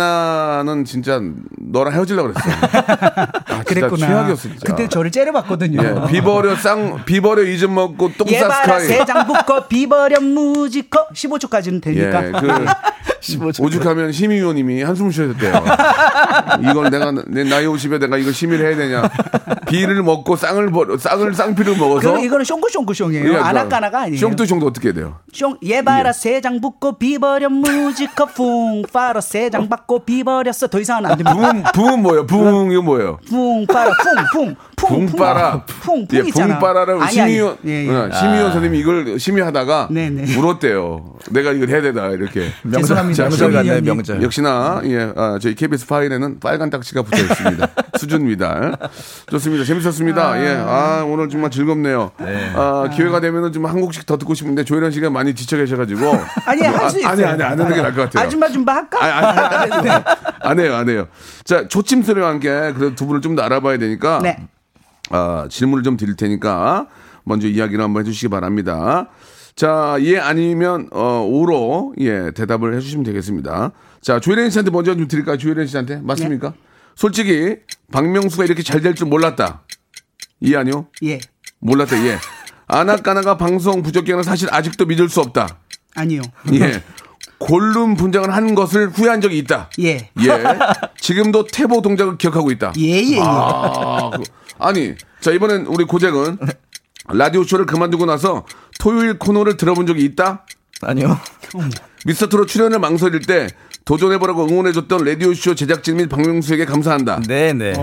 [SPEAKER 3] 아나까나는 진짜 너랑 헤어지려고 그랬어. 아,
[SPEAKER 8] 그랬구나.
[SPEAKER 3] 진짜 최악이었어, 진짜.
[SPEAKER 8] 그때 저를 째려봤거든요.
[SPEAKER 3] 예, 비버려 쌍 비버려 이즘 먹고 똥싸
[SPEAKER 8] 예바라
[SPEAKER 3] 스카이.
[SPEAKER 8] 세장 묶어 비버려 무지커 15초까지는
[SPEAKER 3] 예,
[SPEAKER 8] 되니까.
[SPEAKER 3] 그 오죽하면 심의위원님이 한숨 쉬어야 됐대요. 이걸 내가 내 나이 50에 내가 이걸 심의를 해야 되냐. 비를 먹고 쌍을 버려 쌍을 쌍피를 먹어서.
[SPEAKER 8] 그 이거는 숑구숑구숑이에요. 아나까나가 아니에요.
[SPEAKER 3] 쫑도 쫑도 어떻게 해야 돼요?
[SPEAKER 8] 숑 예바라 세장 묶고 비버려 무지커 쿵파로
[SPEAKER 3] 어.
[SPEAKER 8] 세장 받고 비버렸어 더 이상은 안 됩니다.
[SPEAKER 3] 붕 붕은 뭐예요? 붕 이거 뭐예요?
[SPEAKER 8] 붕빠라 붕붕 붕
[SPEAKER 3] 붕빠라
[SPEAKER 8] 붕
[SPEAKER 3] 예,
[SPEAKER 8] 아, 붕이잖아.
[SPEAKER 3] 붕빠라를 어,
[SPEAKER 8] 아니, 아니.
[SPEAKER 3] 심의원
[SPEAKER 8] 예, 예.
[SPEAKER 3] 응, 심의원 선생님이 이걸 심의하다가 물었대요. 내가 이걸 해야 되나 이렇게
[SPEAKER 10] 명절, 죄송합니다.
[SPEAKER 8] 아,
[SPEAKER 10] 명절
[SPEAKER 3] 그럼
[SPEAKER 10] 같네요, 명절.
[SPEAKER 3] 역시나 예 아, 저희 KBS 파일에는 빨간 딱지가 붙어 있습니다. 수준 미달 좋습니다. 재밌었습니다. 예 아 오늘 정말 즐겁네요. 아 기회가 되면은 좀 한국식 더 듣고 싶은데 조혜련 씨가 많이 지쳐 계셔가지고
[SPEAKER 8] 아니
[SPEAKER 3] 아,
[SPEAKER 8] 할수 있어요.
[SPEAKER 3] 아니 아니 안 하는 게 나을 것 같아요. 네.
[SPEAKER 8] 아줌마 좀 봐 할까?
[SPEAKER 3] 안 해요, 안 해요. 자, 초침스레와 함께 그래도 두 분을 좀 더 알아봐야 되니까
[SPEAKER 8] 네.
[SPEAKER 3] 아, 질문을 좀 드릴 테니까 먼저 이야기를 한번 해주시기 바랍니다. 자, 예 아니면 어, 오로 예 대답을 해주시면 되겠습니다. 자, 조혜련 씨한테 먼저 좀 드릴까요? 조혜련 씨한테 맞습니까?
[SPEAKER 8] 네.
[SPEAKER 3] 솔직히 박명수가 이렇게 잘 될 줄 몰랐다. 예 아니요?
[SPEAKER 8] 예.
[SPEAKER 3] 몰랐다. 예. 아나까나가 방송 부적격은 사실 아직도 믿을 수 없다.
[SPEAKER 8] 아니요.
[SPEAKER 3] 예. 골룸 분장을 한 것을 후회한 적이 있다.
[SPEAKER 8] 예.
[SPEAKER 3] 예. 지금도 태보 동작을 기억하고 있다.
[SPEAKER 8] 예, 예.
[SPEAKER 3] 아, 그- 아니, 자, 이번엔 우리 고잭은 라디오쇼를 그만두고 나서 토요일 코너를 들어본 적이 있다? 아니요. 미스터트롯 출연을 망설일 때 도전해보라고 응원해줬던 라디오쇼 제작진 및 박명수에게 감사한다. 네네.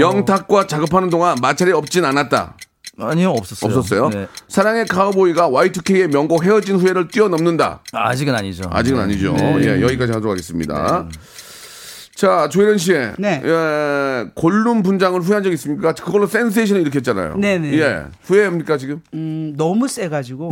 [SPEAKER 3] 영탁과 작업하는 동안 마찰이 없진 않았다.
[SPEAKER 10] 아니요 없었어요.
[SPEAKER 3] 없었어요.
[SPEAKER 10] 네.
[SPEAKER 3] 사랑의 카우보이가 Y2K의 명곡 헤어진 후회를 뛰어넘는다.
[SPEAKER 10] 아, 아직은 아니죠.
[SPEAKER 3] 아직은 아니죠.
[SPEAKER 10] 네.
[SPEAKER 3] 예, 여기까지 하도록 하겠습니다.
[SPEAKER 8] 네.
[SPEAKER 3] 자, 조혜련 씨. 예, 골룸 분장을 후회한 적 있습니까? 그걸로 센세이션을 일으켰잖아요.
[SPEAKER 8] 네네.
[SPEAKER 3] 예. 후회합니까, 지금?
[SPEAKER 8] 음, 너무 세가지고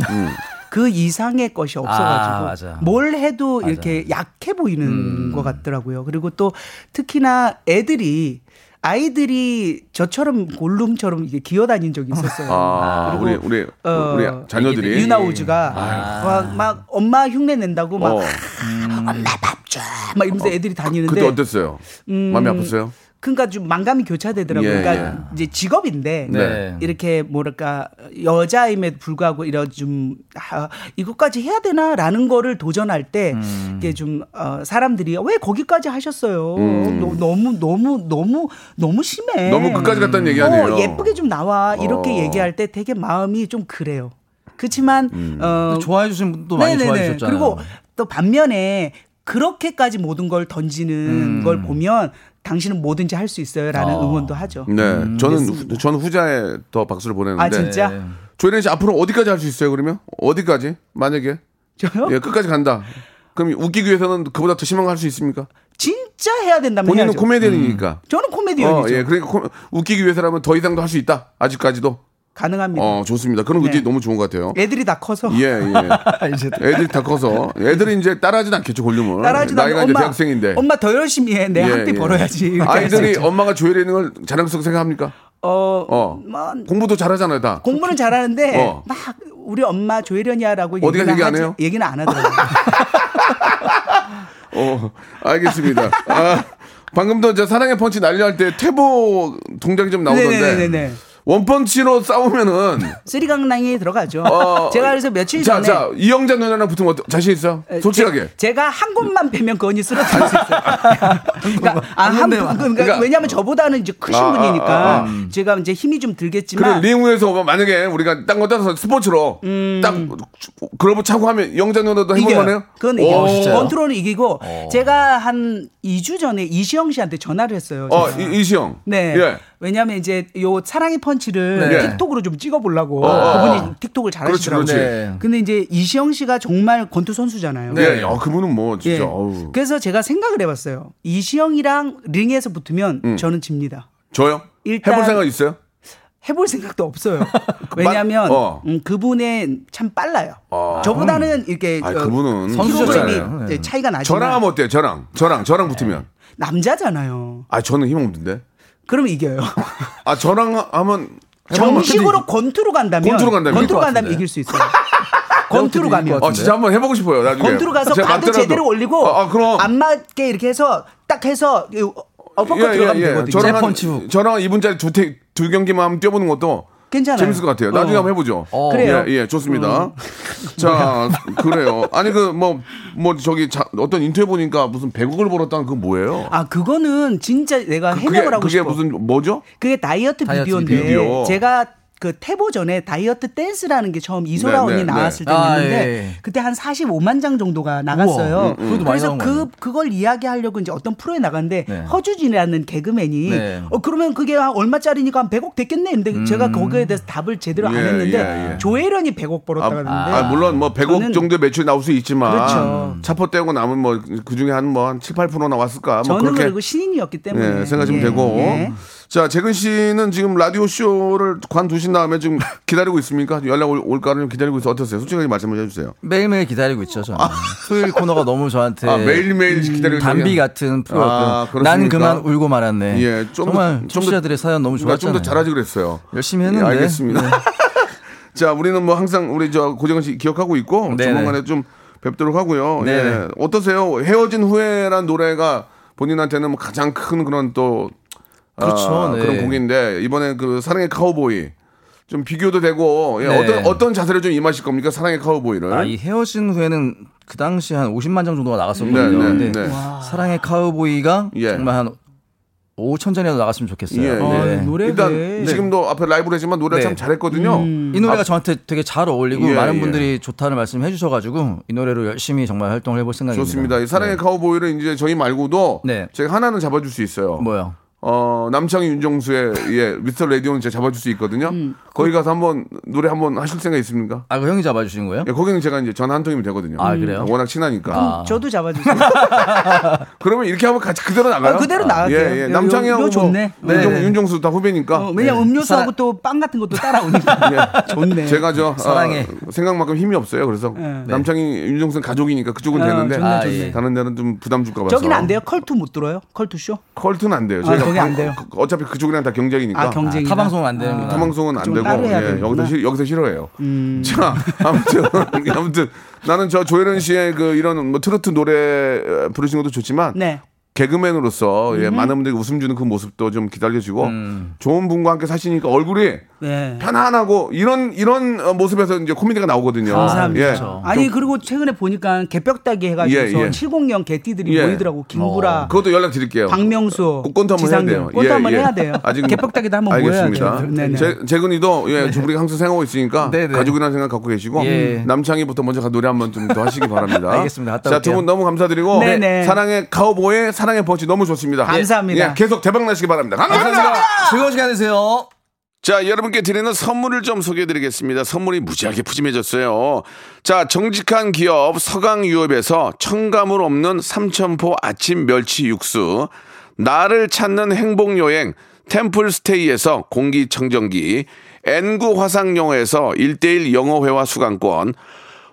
[SPEAKER 8] 그 이상의 것이
[SPEAKER 10] 아,
[SPEAKER 8] 없어가지고
[SPEAKER 10] 맞아.
[SPEAKER 8] 뭘 해도 이렇게 약해 보이는 것 같더라고요. 그리고 또 특히나 애들이 아이들이 저처럼 골룸처럼 이게 기어다닌 적이 있었어요.
[SPEAKER 3] 아, 우리,
[SPEAKER 8] 그리고,
[SPEAKER 3] 우리,
[SPEAKER 8] 어,
[SPEAKER 3] 우리 자녀들이.
[SPEAKER 8] 유나우즈가
[SPEAKER 10] 아,
[SPEAKER 3] 아.
[SPEAKER 8] 막, 막 엄마 흉내 낸다고 막,
[SPEAKER 3] 어.
[SPEAKER 8] 엄마 밥 줘! 막 이러면서 애들이 다니는데.
[SPEAKER 3] 그때 어땠어요?
[SPEAKER 8] 음,
[SPEAKER 3] 마음이 아팠어요?
[SPEAKER 8] 그러니까 좀 만감이 교차되더라고요.
[SPEAKER 3] 예,
[SPEAKER 8] 그러니까 이제 직업인데
[SPEAKER 3] 네.
[SPEAKER 8] 이렇게 뭐랄까 여자임에도 불구하고 이런 좀 아, 이것까지 해야 되나라는 거를 도전할 때 이게 좀 어, 사람들이 왜 거기까지 하셨어요?
[SPEAKER 3] 음.
[SPEAKER 8] 너, 너무 너무 너무 너무 심해.
[SPEAKER 3] 네. 너무 끝까지 갔다는 얘기 아니에요?
[SPEAKER 8] 네. 어, 예쁘게 좀 나와 이렇게
[SPEAKER 3] 어.
[SPEAKER 8] 얘기할 때 되게 마음이 좀 그래요. 그렇지만 어,
[SPEAKER 10] 좋아해 주신 분도 네. 많이 좋아해 주셨잖아요.
[SPEAKER 8] 네, 그리고 또 반면에 그렇게까지 모든 걸 던지는 걸 보면 당신은 뭐든지 할 수 있어요라는
[SPEAKER 3] 음. 아.
[SPEAKER 8] 응원도 하죠.
[SPEAKER 3] 네,
[SPEAKER 8] 음,
[SPEAKER 3] 저는
[SPEAKER 8] 그래서-
[SPEAKER 3] 후- 저는 후자에 더 박수를 보내는데.
[SPEAKER 8] 아, 진짜? 네.
[SPEAKER 3] 조혜린 씨 앞으로 어디까지 할 수 있어요? 그러면 어디까지? 만약에
[SPEAKER 8] 저요?
[SPEAKER 3] 예, 끝까지 간다. 그럼 웃기기 위해서는 그보다 더 심한 거 할 수 있습니까?
[SPEAKER 8] 진짜 해야 된다면
[SPEAKER 3] 본인은
[SPEAKER 8] 네, 해야죠.
[SPEAKER 3] 코미디언이니까.
[SPEAKER 8] 저는
[SPEAKER 3] 어,
[SPEAKER 8] 코미디언이죠.
[SPEAKER 3] 예, 그러니까 코- 웃기기 위해서라면 더 이상도 할 수 있다. 아직까지도.
[SPEAKER 8] 가능합니다.
[SPEAKER 3] 어, 좋습니다. 그런
[SPEAKER 8] 네.
[SPEAKER 3] 의지 너무 좋은 것 같아요.
[SPEAKER 8] 애들이 다 커서
[SPEAKER 3] 예, 예.
[SPEAKER 10] 이제
[SPEAKER 3] 애들이 다 커서 애들이 이제 따라하진 않겠죠 골룸을.
[SPEAKER 8] 따라하지도 않고
[SPEAKER 3] 나이가 이제
[SPEAKER 8] 엄마
[SPEAKER 3] 대학생인데.
[SPEAKER 8] 엄마 더 열심히 해. 내가
[SPEAKER 3] 예,
[SPEAKER 8] 한때
[SPEAKER 3] 예.
[SPEAKER 8] 벌어야지. 그렇죠. 이렇게 할수
[SPEAKER 3] 아이들이
[SPEAKER 8] 있죠.
[SPEAKER 3] 엄마가 조율하는 걸 자랑스럽게 생각합니까?
[SPEAKER 8] 어,
[SPEAKER 3] 어.
[SPEAKER 8] 뭐,
[SPEAKER 3] 공부도 잘하잖아요, 다.
[SPEAKER 8] 공부는 잘하는데
[SPEAKER 3] 어.
[SPEAKER 8] 막 우리 엄마 조혜련이야라고
[SPEAKER 3] 어디 가서
[SPEAKER 8] 얘기는
[SPEAKER 3] 얘기 안
[SPEAKER 8] 하지-
[SPEAKER 3] 해요?
[SPEAKER 8] 얘기는 안 하더라고요.
[SPEAKER 3] 어, 알겠습니다. 아, 방금도 저 사랑의 펀치 난리할 때 퇴보 동작이 좀 나오던데.
[SPEAKER 8] 네네네네.
[SPEAKER 3] 원펀치로 싸우면은
[SPEAKER 8] 쓰리강랑이 들어가죠.
[SPEAKER 3] 어,
[SPEAKER 8] 제가 그래서 며칠
[SPEAKER 3] 자,
[SPEAKER 8] 전에
[SPEAKER 3] 자, 이영자 누나랑 붙으면 어떠, 자신 있어?
[SPEAKER 8] 에,
[SPEAKER 3] 솔직하게.
[SPEAKER 8] 제, 가한 곳만 빼면 건이 쓰러질 수 있어요.
[SPEAKER 10] 뭐,
[SPEAKER 8] 그러니까 아, 한 분, 그러니까
[SPEAKER 3] 그러니까-
[SPEAKER 8] 왜냐하면 저보다는 이제 크신
[SPEAKER 3] 아, 아,
[SPEAKER 8] 분이니까
[SPEAKER 3] 아, 아.
[SPEAKER 8] 제가 이제 힘이 좀
[SPEAKER 3] 그래
[SPEAKER 8] 들겠지만
[SPEAKER 3] 링우에서 뭐 만약에 우리가 딴거 따서 스포츠로 딱 그러고 차고 하면 영자 누나도 해볼
[SPEAKER 8] 음. 이겨요.
[SPEAKER 3] 만해요? 어,
[SPEAKER 8] 그건
[SPEAKER 3] 오,
[SPEAKER 8] 이겨요.
[SPEAKER 3] 진짜요? 어.
[SPEAKER 8] 권투로는 이기고 제가 한 2주 전에 이시영 씨한테 전화를 했어요.
[SPEAKER 3] 어,
[SPEAKER 8] 제가.
[SPEAKER 3] 이, 이시영.
[SPEAKER 8] 네.
[SPEAKER 3] 예.
[SPEAKER 8] 왜냐하면 이제 요 사랑의 펀치를
[SPEAKER 3] 네.
[SPEAKER 8] 틱톡으로 좀 찍어보려고
[SPEAKER 3] 어,
[SPEAKER 8] 그분이
[SPEAKER 3] 어.
[SPEAKER 8] 틱톡을
[SPEAKER 3] 그렇지,
[SPEAKER 8] 잘하시더라고요.
[SPEAKER 3] 그렇지. 네.
[SPEAKER 8] 근데 이제 이시영 씨가 정말 권투 선수잖아요.
[SPEAKER 3] 네. 어, 그분은 뭐
[SPEAKER 8] 예.
[SPEAKER 3] 진짜 어우.
[SPEAKER 8] 그래서 제가 생각을 해봤어요. 이시영이랑 링에서 붙으면
[SPEAKER 3] 음.
[SPEAKER 8] 저는 집니다.
[SPEAKER 3] 저요?
[SPEAKER 8] 일단-
[SPEAKER 3] 해볼 생각 있어요?
[SPEAKER 8] 해볼 생각도 없어요. 왜냐하면
[SPEAKER 3] 어. 아,
[SPEAKER 8] 음, 그분의 참 빨라요. 저보다는 이렇게
[SPEAKER 3] 아니,
[SPEAKER 8] 어,
[SPEAKER 3] 그분은 네.
[SPEAKER 8] 킬로그램이 이제 차이가 나지만
[SPEAKER 3] 저랑 하면 어때요? 저랑 저랑 저랑 붙으면
[SPEAKER 8] 네. 남자잖아요.
[SPEAKER 3] 아 저는 힘 없는데
[SPEAKER 8] 그럼 이겨요.
[SPEAKER 3] 아 저랑 하면 해보면
[SPEAKER 8] 네, 정식으로 권투로 간다면
[SPEAKER 3] 권투로 간다면
[SPEAKER 8] 권투로
[SPEAKER 3] 이길 것
[SPEAKER 8] 간다면
[SPEAKER 3] 같은데.
[SPEAKER 8] 이길 수 있어요.
[SPEAKER 10] 네.
[SPEAKER 8] 권투로 가면
[SPEAKER 3] 아 진짜 한번 해보고 싶어요 나중에 아,
[SPEAKER 8] 권투로 가서
[SPEAKER 3] 제가
[SPEAKER 8] 바도
[SPEAKER 3] 맞더라도.
[SPEAKER 8] 제대로 올리고
[SPEAKER 3] 아, 아, 그럼
[SPEAKER 8] 안 맞게 이렇게 해서 딱 해서 이 어퍼컷 들어가면 되거든요.
[SPEAKER 3] 예, 저랑 한,
[SPEAKER 8] 잽펀치 훅.
[SPEAKER 3] 저랑 2분짜리 두, 테, 두 경기만 한번 뛰어보는 것도
[SPEAKER 8] 괜찮아요.
[SPEAKER 3] 재밌을 것 같아요. 나중에
[SPEAKER 8] 어.
[SPEAKER 3] 한번 해보죠.
[SPEAKER 8] 어. 그래요. 음.
[SPEAKER 3] 예, 예, 좋습니다. 자, 그래요. 아니 그 뭐 뭐 저기 자, 어떤 인터뷰 보니까 무슨 100억을 벌었다는 그건 뭐예요?
[SPEAKER 8] 아 그거는 진짜 내가
[SPEAKER 3] 그게
[SPEAKER 8] 해명을 하고
[SPEAKER 3] 그게
[SPEAKER 8] 싶어.
[SPEAKER 3] 무슨 뭐죠?
[SPEAKER 8] 그게 다이어트,
[SPEAKER 3] 다이어트
[SPEAKER 8] 비디오인데
[SPEAKER 3] 비디오.
[SPEAKER 8] 제가 그 태보 전에 다이어트 댄스라는 게 처음 이소라
[SPEAKER 3] 네, 네, 네.
[SPEAKER 8] 언니 나왔을 때
[SPEAKER 10] 아,
[SPEAKER 8] 있는데
[SPEAKER 10] 예, 예.
[SPEAKER 8] 그때 한 45만 장 정도가 나갔어요.
[SPEAKER 10] 우와, 음, 음. 그래도 많이
[SPEAKER 8] 그래서
[SPEAKER 10] 나온 거
[SPEAKER 8] 그
[SPEAKER 10] 아니에요?
[SPEAKER 8] 그걸 이야기하려고 이제 어떤 프로에 나갔는데
[SPEAKER 10] 네.
[SPEAKER 8] 허주진이라는 개그맨이
[SPEAKER 10] 네.
[SPEAKER 8] 어 그러면 그게 한 얼마짜리니까 한 100억 됐겠네. 근데 제가 거기에 대해서 답을 제대로 안
[SPEAKER 3] 예,
[SPEAKER 8] 했는데
[SPEAKER 3] 예, 예.
[SPEAKER 8] 조혜련이 100억
[SPEAKER 3] 아,
[SPEAKER 8] 벌었다는데
[SPEAKER 3] 아, 물론 뭐 100억 정도 매출 나올 수 있지만
[SPEAKER 8] 그렇죠.
[SPEAKER 3] 차포 떼고 남은 뭐 그 중에 한 뭐 한 7, 8% 나왔을까? 뭐
[SPEAKER 8] 저는
[SPEAKER 3] 그렇게
[SPEAKER 8] 그리고 신인이었기 때문에
[SPEAKER 3] 예, 생각하시면 되고.
[SPEAKER 8] 예.
[SPEAKER 3] 자, 재근 씨는 지금 라디오 쇼를 관두신 다음에 지금 기다리고 있습니까? 연락 올- 올까를 좀 기다리고 있어 어떠세요? 솔직하게 말씀해 주세요.
[SPEAKER 10] 매일매일 기다리고 있죠, 저는.
[SPEAKER 8] 아.
[SPEAKER 10] 토요일 코너가 너무 저한테
[SPEAKER 3] 아, 매일매일 기다리고
[SPEAKER 10] 담비
[SPEAKER 3] 있네요.
[SPEAKER 10] 네. 음, 같은 프로였고.
[SPEAKER 3] 아,
[SPEAKER 10] 난
[SPEAKER 3] 그렇습니까?
[SPEAKER 10] 그만 울고 말았네.
[SPEAKER 3] 예, 좀
[SPEAKER 10] 정말
[SPEAKER 3] 더- 좀 더-
[SPEAKER 10] 청취자들의 사연 너무
[SPEAKER 3] 그러니까
[SPEAKER 10] 좋았잖아요.
[SPEAKER 3] 좀더 잘하지 그랬어요.
[SPEAKER 10] 열심히 했는데.
[SPEAKER 3] 예, 알겠습니다.
[SPEAKER 10] 네.
[SPEAKER 3] 자, 우리는 뭐 항상 우리 저 고정은 씨 기억하고 있고
[SPEAKER 10] 네네.
[SPEAKER 3] 조만간에 좀 뵙도록 하고요. 예.
[SPEAKER 10] 네네.
[SPEAKER 3] 어떠세요? 헤어진 후회란 노래가 본인한테는 뭐 가장 큰 그런 또 아,
[SPEAKER 10] 그렇죠, 네.
[SPEAKER 3] 그런 곡인데 이번에 그 사랑의 카우보이 좀 비교도 되고 예,
[SPEAKER 10] 네.
[SPEAKER 3] 어떤 어떤 자세를 좀 임하실 겁니까? 사랑의 카우보이를.
[SPEAKER 10] 아, 이 헤어진 후에는 그 당시 한 50만 장 정도가 나갔었거든요.
[SPEAKER 3] 네, 네,
[SPEAKER 10] 근데
[SPEAKER 3] 네.
[SPEAKER 10] 사랑의 카우보이가
[SPEAKER 3] 예.
[SPEAKER 10] 정말 한 5천 전이라도 나갔으면 좋겠어요.
[SPEAKER 3] 예, 예.
[SPEAKER 8] 아,
[SPEAKER 3] 일단 지금도 앞에 라이브를 했지만 노래
[SPEAKER 10] 아, 네.
[SPEAKER 3] 참 잘했거든요.
[SPEAKER 10] 이 노래가
[SPEAKER 3] 아,
[SPEAKER 10] 저한테 되게 잘 어울리고
[SPEAKER 3] 예,
[SPEAKER 10] 많은
[SPEAKER 3] 예.
[SPEAKER 10] 분들이 좋다는 말씀 해주셔가지고 이 노래로 열심히 정말 활동을 해볼 생각입니다. 네.
[SPEAKER 3] 좋습니다. 이 사랑의 카우보이를 이제 저희 말고도 제가 하나는 잡아줄 수 있어요.
[SPEAKER 10] 뭐요?
[SPEAKER 3] 어 남창희 윤종수의 예 미스터 라디오는 제가 잡아줄 수 있거든요.
[SPEAKER 8] 음.
[SPEAKER 3] 거기 가서 한번 노래 한번 하실 생각 있습니까?
[SPEAKER 10] 아, 그 형이 잡아주신 거예요?
[SPEAKER 3] 예, 거기는 제가 이제 전화 한 통이면 되거든요. 음,
[SPEAKER 10] 아, 그래요?
[SPEAKER 3] 워낙 친하니까.
[SPEAKER 8] 저도 잡아주세요.
[SPEAKER 3] 그러면 이렇게 하면 같이 그대로 나가요?
[SPEAKER 8] 아, 그대로 나갈게요.
[SPEAKER 3] 예, 예.
[SPEAKER 8] 요-
[SPEAKER 3] 남창희
[SPEAKER 8] 요-
[SPEAKER 3] 하고
[SPEAKER 8] 요 좋네.
[SPEAKER 3] 뭐 윤종,
[SPEAKER 8] 네. 어,
[SPEAKER 3] 윤종수 다 후배니까.
[SPEAKER 8] 왜냐 면 음료수하고 또 빵 같은 것도 따라오니까.
[SPEAKER 3] 예.
[SPEAKER 8] 좋네.
[SPEAKER 3] 제가 저 아,
[SPEAKER 8] 사랑해. 네.
[SPEAKER 3] 생각만큼 힘이 없어요. 그래서 남창희 윤종수는 가족이니까 그쪽은
[SPEAKER 8] 아,
[SPEAKER 3] 되는데
[SPEAKER 8] 좋네,
[SPEAKER 10] 예.
[SPEAKER 8] 좋네.
[SPEAKER 3] 다른 데는 좀 부담 줄까 봐서.
[SPEAKER 8] 저기는 안 돼요. 컬투 못 들어요. 컬투 쇼.
[SPEAKER 3] 컬트는 안 돼요.
[SPEAKER 8] 아, 거기 안 돼요.
[SPEAKER 3] 그- 어차피 그쪽이랑 다 경쟁이니까.
[SPEAKER 8] 아, 경쟁이다. 아, 타방송은 안 되는구나.
[SPEAKER 3] 타방송은 안
[SPEAKER 8] 그쪽은
[SPEAKER 3] 되고
[SPEAKER 8] 따로 해야
[SPEAKER 3] 예,
[SPEAKER 8] 되는구나. 음.
[SPEAKER 3] 여기서 시- 여기서 싫어해요. 자 아무튼 아무튼 나는 저 조혜련 씨의 그 이런 뭐 트로트 노래 어, 부르신 것도 좋지만
[SPEAKER 8] 네.
[SPEAKER 3] 개그맨으로서 예, 많은 분들이 웃음 주는 그 모습도 좀 기다려주고 좋은 분과 함께 사시니까 얼굴이
[SPEAKER 8] 음. 네.
[SPEAKER 3] 편안하고 이런 이런 어, 모습에서 이제 코미디가 나오거든요.
[SPEAKER 8] 감사합니다.
[SPEAKER 3] 예.
[SPEAKER 8] 아니
[SPEAKER 3] 좀-
[SPEAKER 8] 그리고 최근에 보니까 개벽다기 해가지고
[SPEAKER 3] 예, 예.
[SPEAKER 8] 700년 개띠들이
[SPEAKER 3] 예.
[SPEAKER 10] 어.
[SPEAKER 8] 모이더라고 김구라,
[SPEAKER 3] 그것도 연락 드릴게요.
[SPEAKER 8] 박명수,
[SPEAKER 3] 꼰트 한번 해야 돼요.
[SPEAKER 8] 꼰트
[SPEAKER 3] 예,
[SPEAKER 8] 한번
[SPEAKER 3] 예.
[SPEAKER 8] 해야 돼요.
[SPEAKER 3] 아직
[SPEAKER 8] 개벽다기도 한번
[SPEAKER 3] 알겠습니다.
[SPEAKER 8] 모여야 돼요. 네네.
[SPEAKER 3] 재, 재근이도 예, 지금 우리가 항상 생각하고 있으니까 가족이라는 생각 갖고 계시고
[SPEAKER 10] 예.
[SPEAKER 3] 남창희부터 먼저 가- 노래 한번 좀 더 하시기 바랍니다.
[SPEAKER 10] 알겠습니다. 갔다
[SPEAKER 3] 자,
[SPEAKER 10] 올게요.
[SPEAKER 3] 두 분 너무 감사드리고
[SPEAKER 10] 네네.
[SPEAKER 3] 사랑의 카우보의 사랑의 버치 너무 좋습니다.
[SPEAKER 10] 감사합니다.
[SPEAKER 3] 예, 계속 대박 나시기 바랍니다. 감사합니다.
[SPEAKER 10] 즐거운 시간 되세요.
[SPEAKER 3] 자, 여러분께 드리는 선물을 좀 소개해 드리겠습니다. 선물이 무지하게 푸짐해졌어요. 자, 정직한 기업 서강유업에서 청가물 없는 삼천포 아침 멸치 육수, 나를 찾는 행복여행 템플스테이에서 공기청정기, N구 화상영어에서 1대1 영어회화 수강권,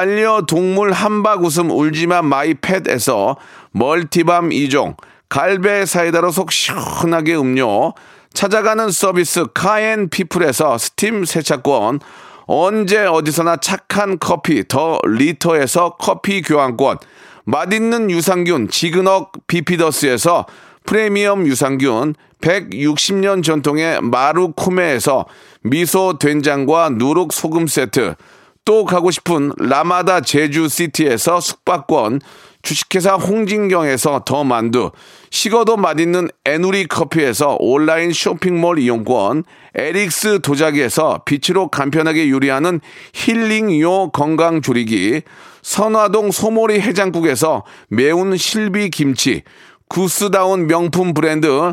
[SPEAKER 3] 반려동물 한박 웃음 울지마 마이팻에서 멀티밤 2종, 갈배 사이다로 속 시원하게 음료, 찾아가는 서비스 카엔 피플에서 스팀 세차권, 언제 어디서나 착한 커피 더 리터에서 커피 교환권, 맛있는 유산균 지그넉 비피더스에서 프리미엄 유산균 160년 전통의 마루코메에서 미소 된장과 누룩 소금 세트 또 가고 싶은 라마다 제주시티에서 숙박권 주식회사 홍진경에서 더 만두 식어도 맛있는 에누리 커피에서 온라인 쇼핑몰 이용권 에릭스 도자기에서 빛으로 간편하게 요리하는 힐링요 건강조리기 선화동 소모리 해장국에서 매운 실비 김치 구스다운 명품 브랜드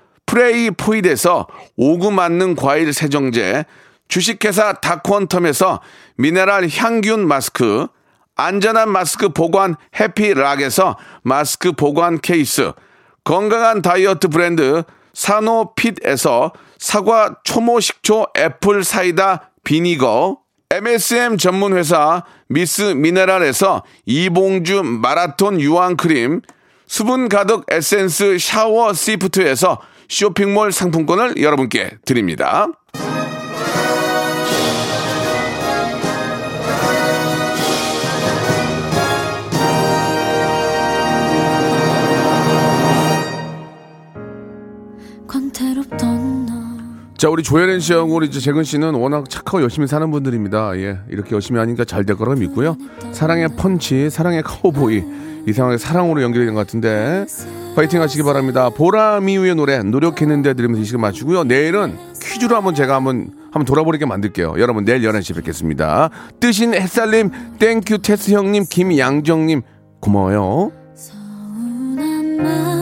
[SPEAKER 3] 프레이 포일에서 오구 맞는 과일 세정제, 주식회사 다콘텀에서 미네랄 향균 마스크, 안전한 마스크 보관 해피락에서 마스크 보관 케이스, 건강한 다이어트 브랜드 사노핏에서 사과 초모 식초 애플 사이다 비니거 MSM 전문 회사 미스 미네랄에서 이봉주 마라톤 유황 크림 수분 가득 에센스 샤워 시프트에서 쇼핑몰 상품권을 여러분께 드립니다.
[SPEAKER 12] 권태롭던 너
[SPEAKER 3] 자, 우리 조혜린 씨하고 우리 이제 재근 씨는 워낙 착하고 열심히 사는 분들입니다. 예, 이렇게 열심히 하니까 잘 될 거라 믿고요. 사랑의 펀치, 사랑의 카우보이, 이상하게 사랑으로 연결이 된 것 같은데, 파이팅 하시기 바랍니다. 보라미유의 노래, 노력했는데 들으면서 이 시간 마치고요. 내일은 퀴즈로 한번 제가 한번, 한번 돌아버리게 만들게요. 여러분, 내일 11시에 뵙겠습니다. 뜨신 햇살님, 땡큐 테스 형님, 김양정님, 고마워요.
[SPEAKER 12] 운한 마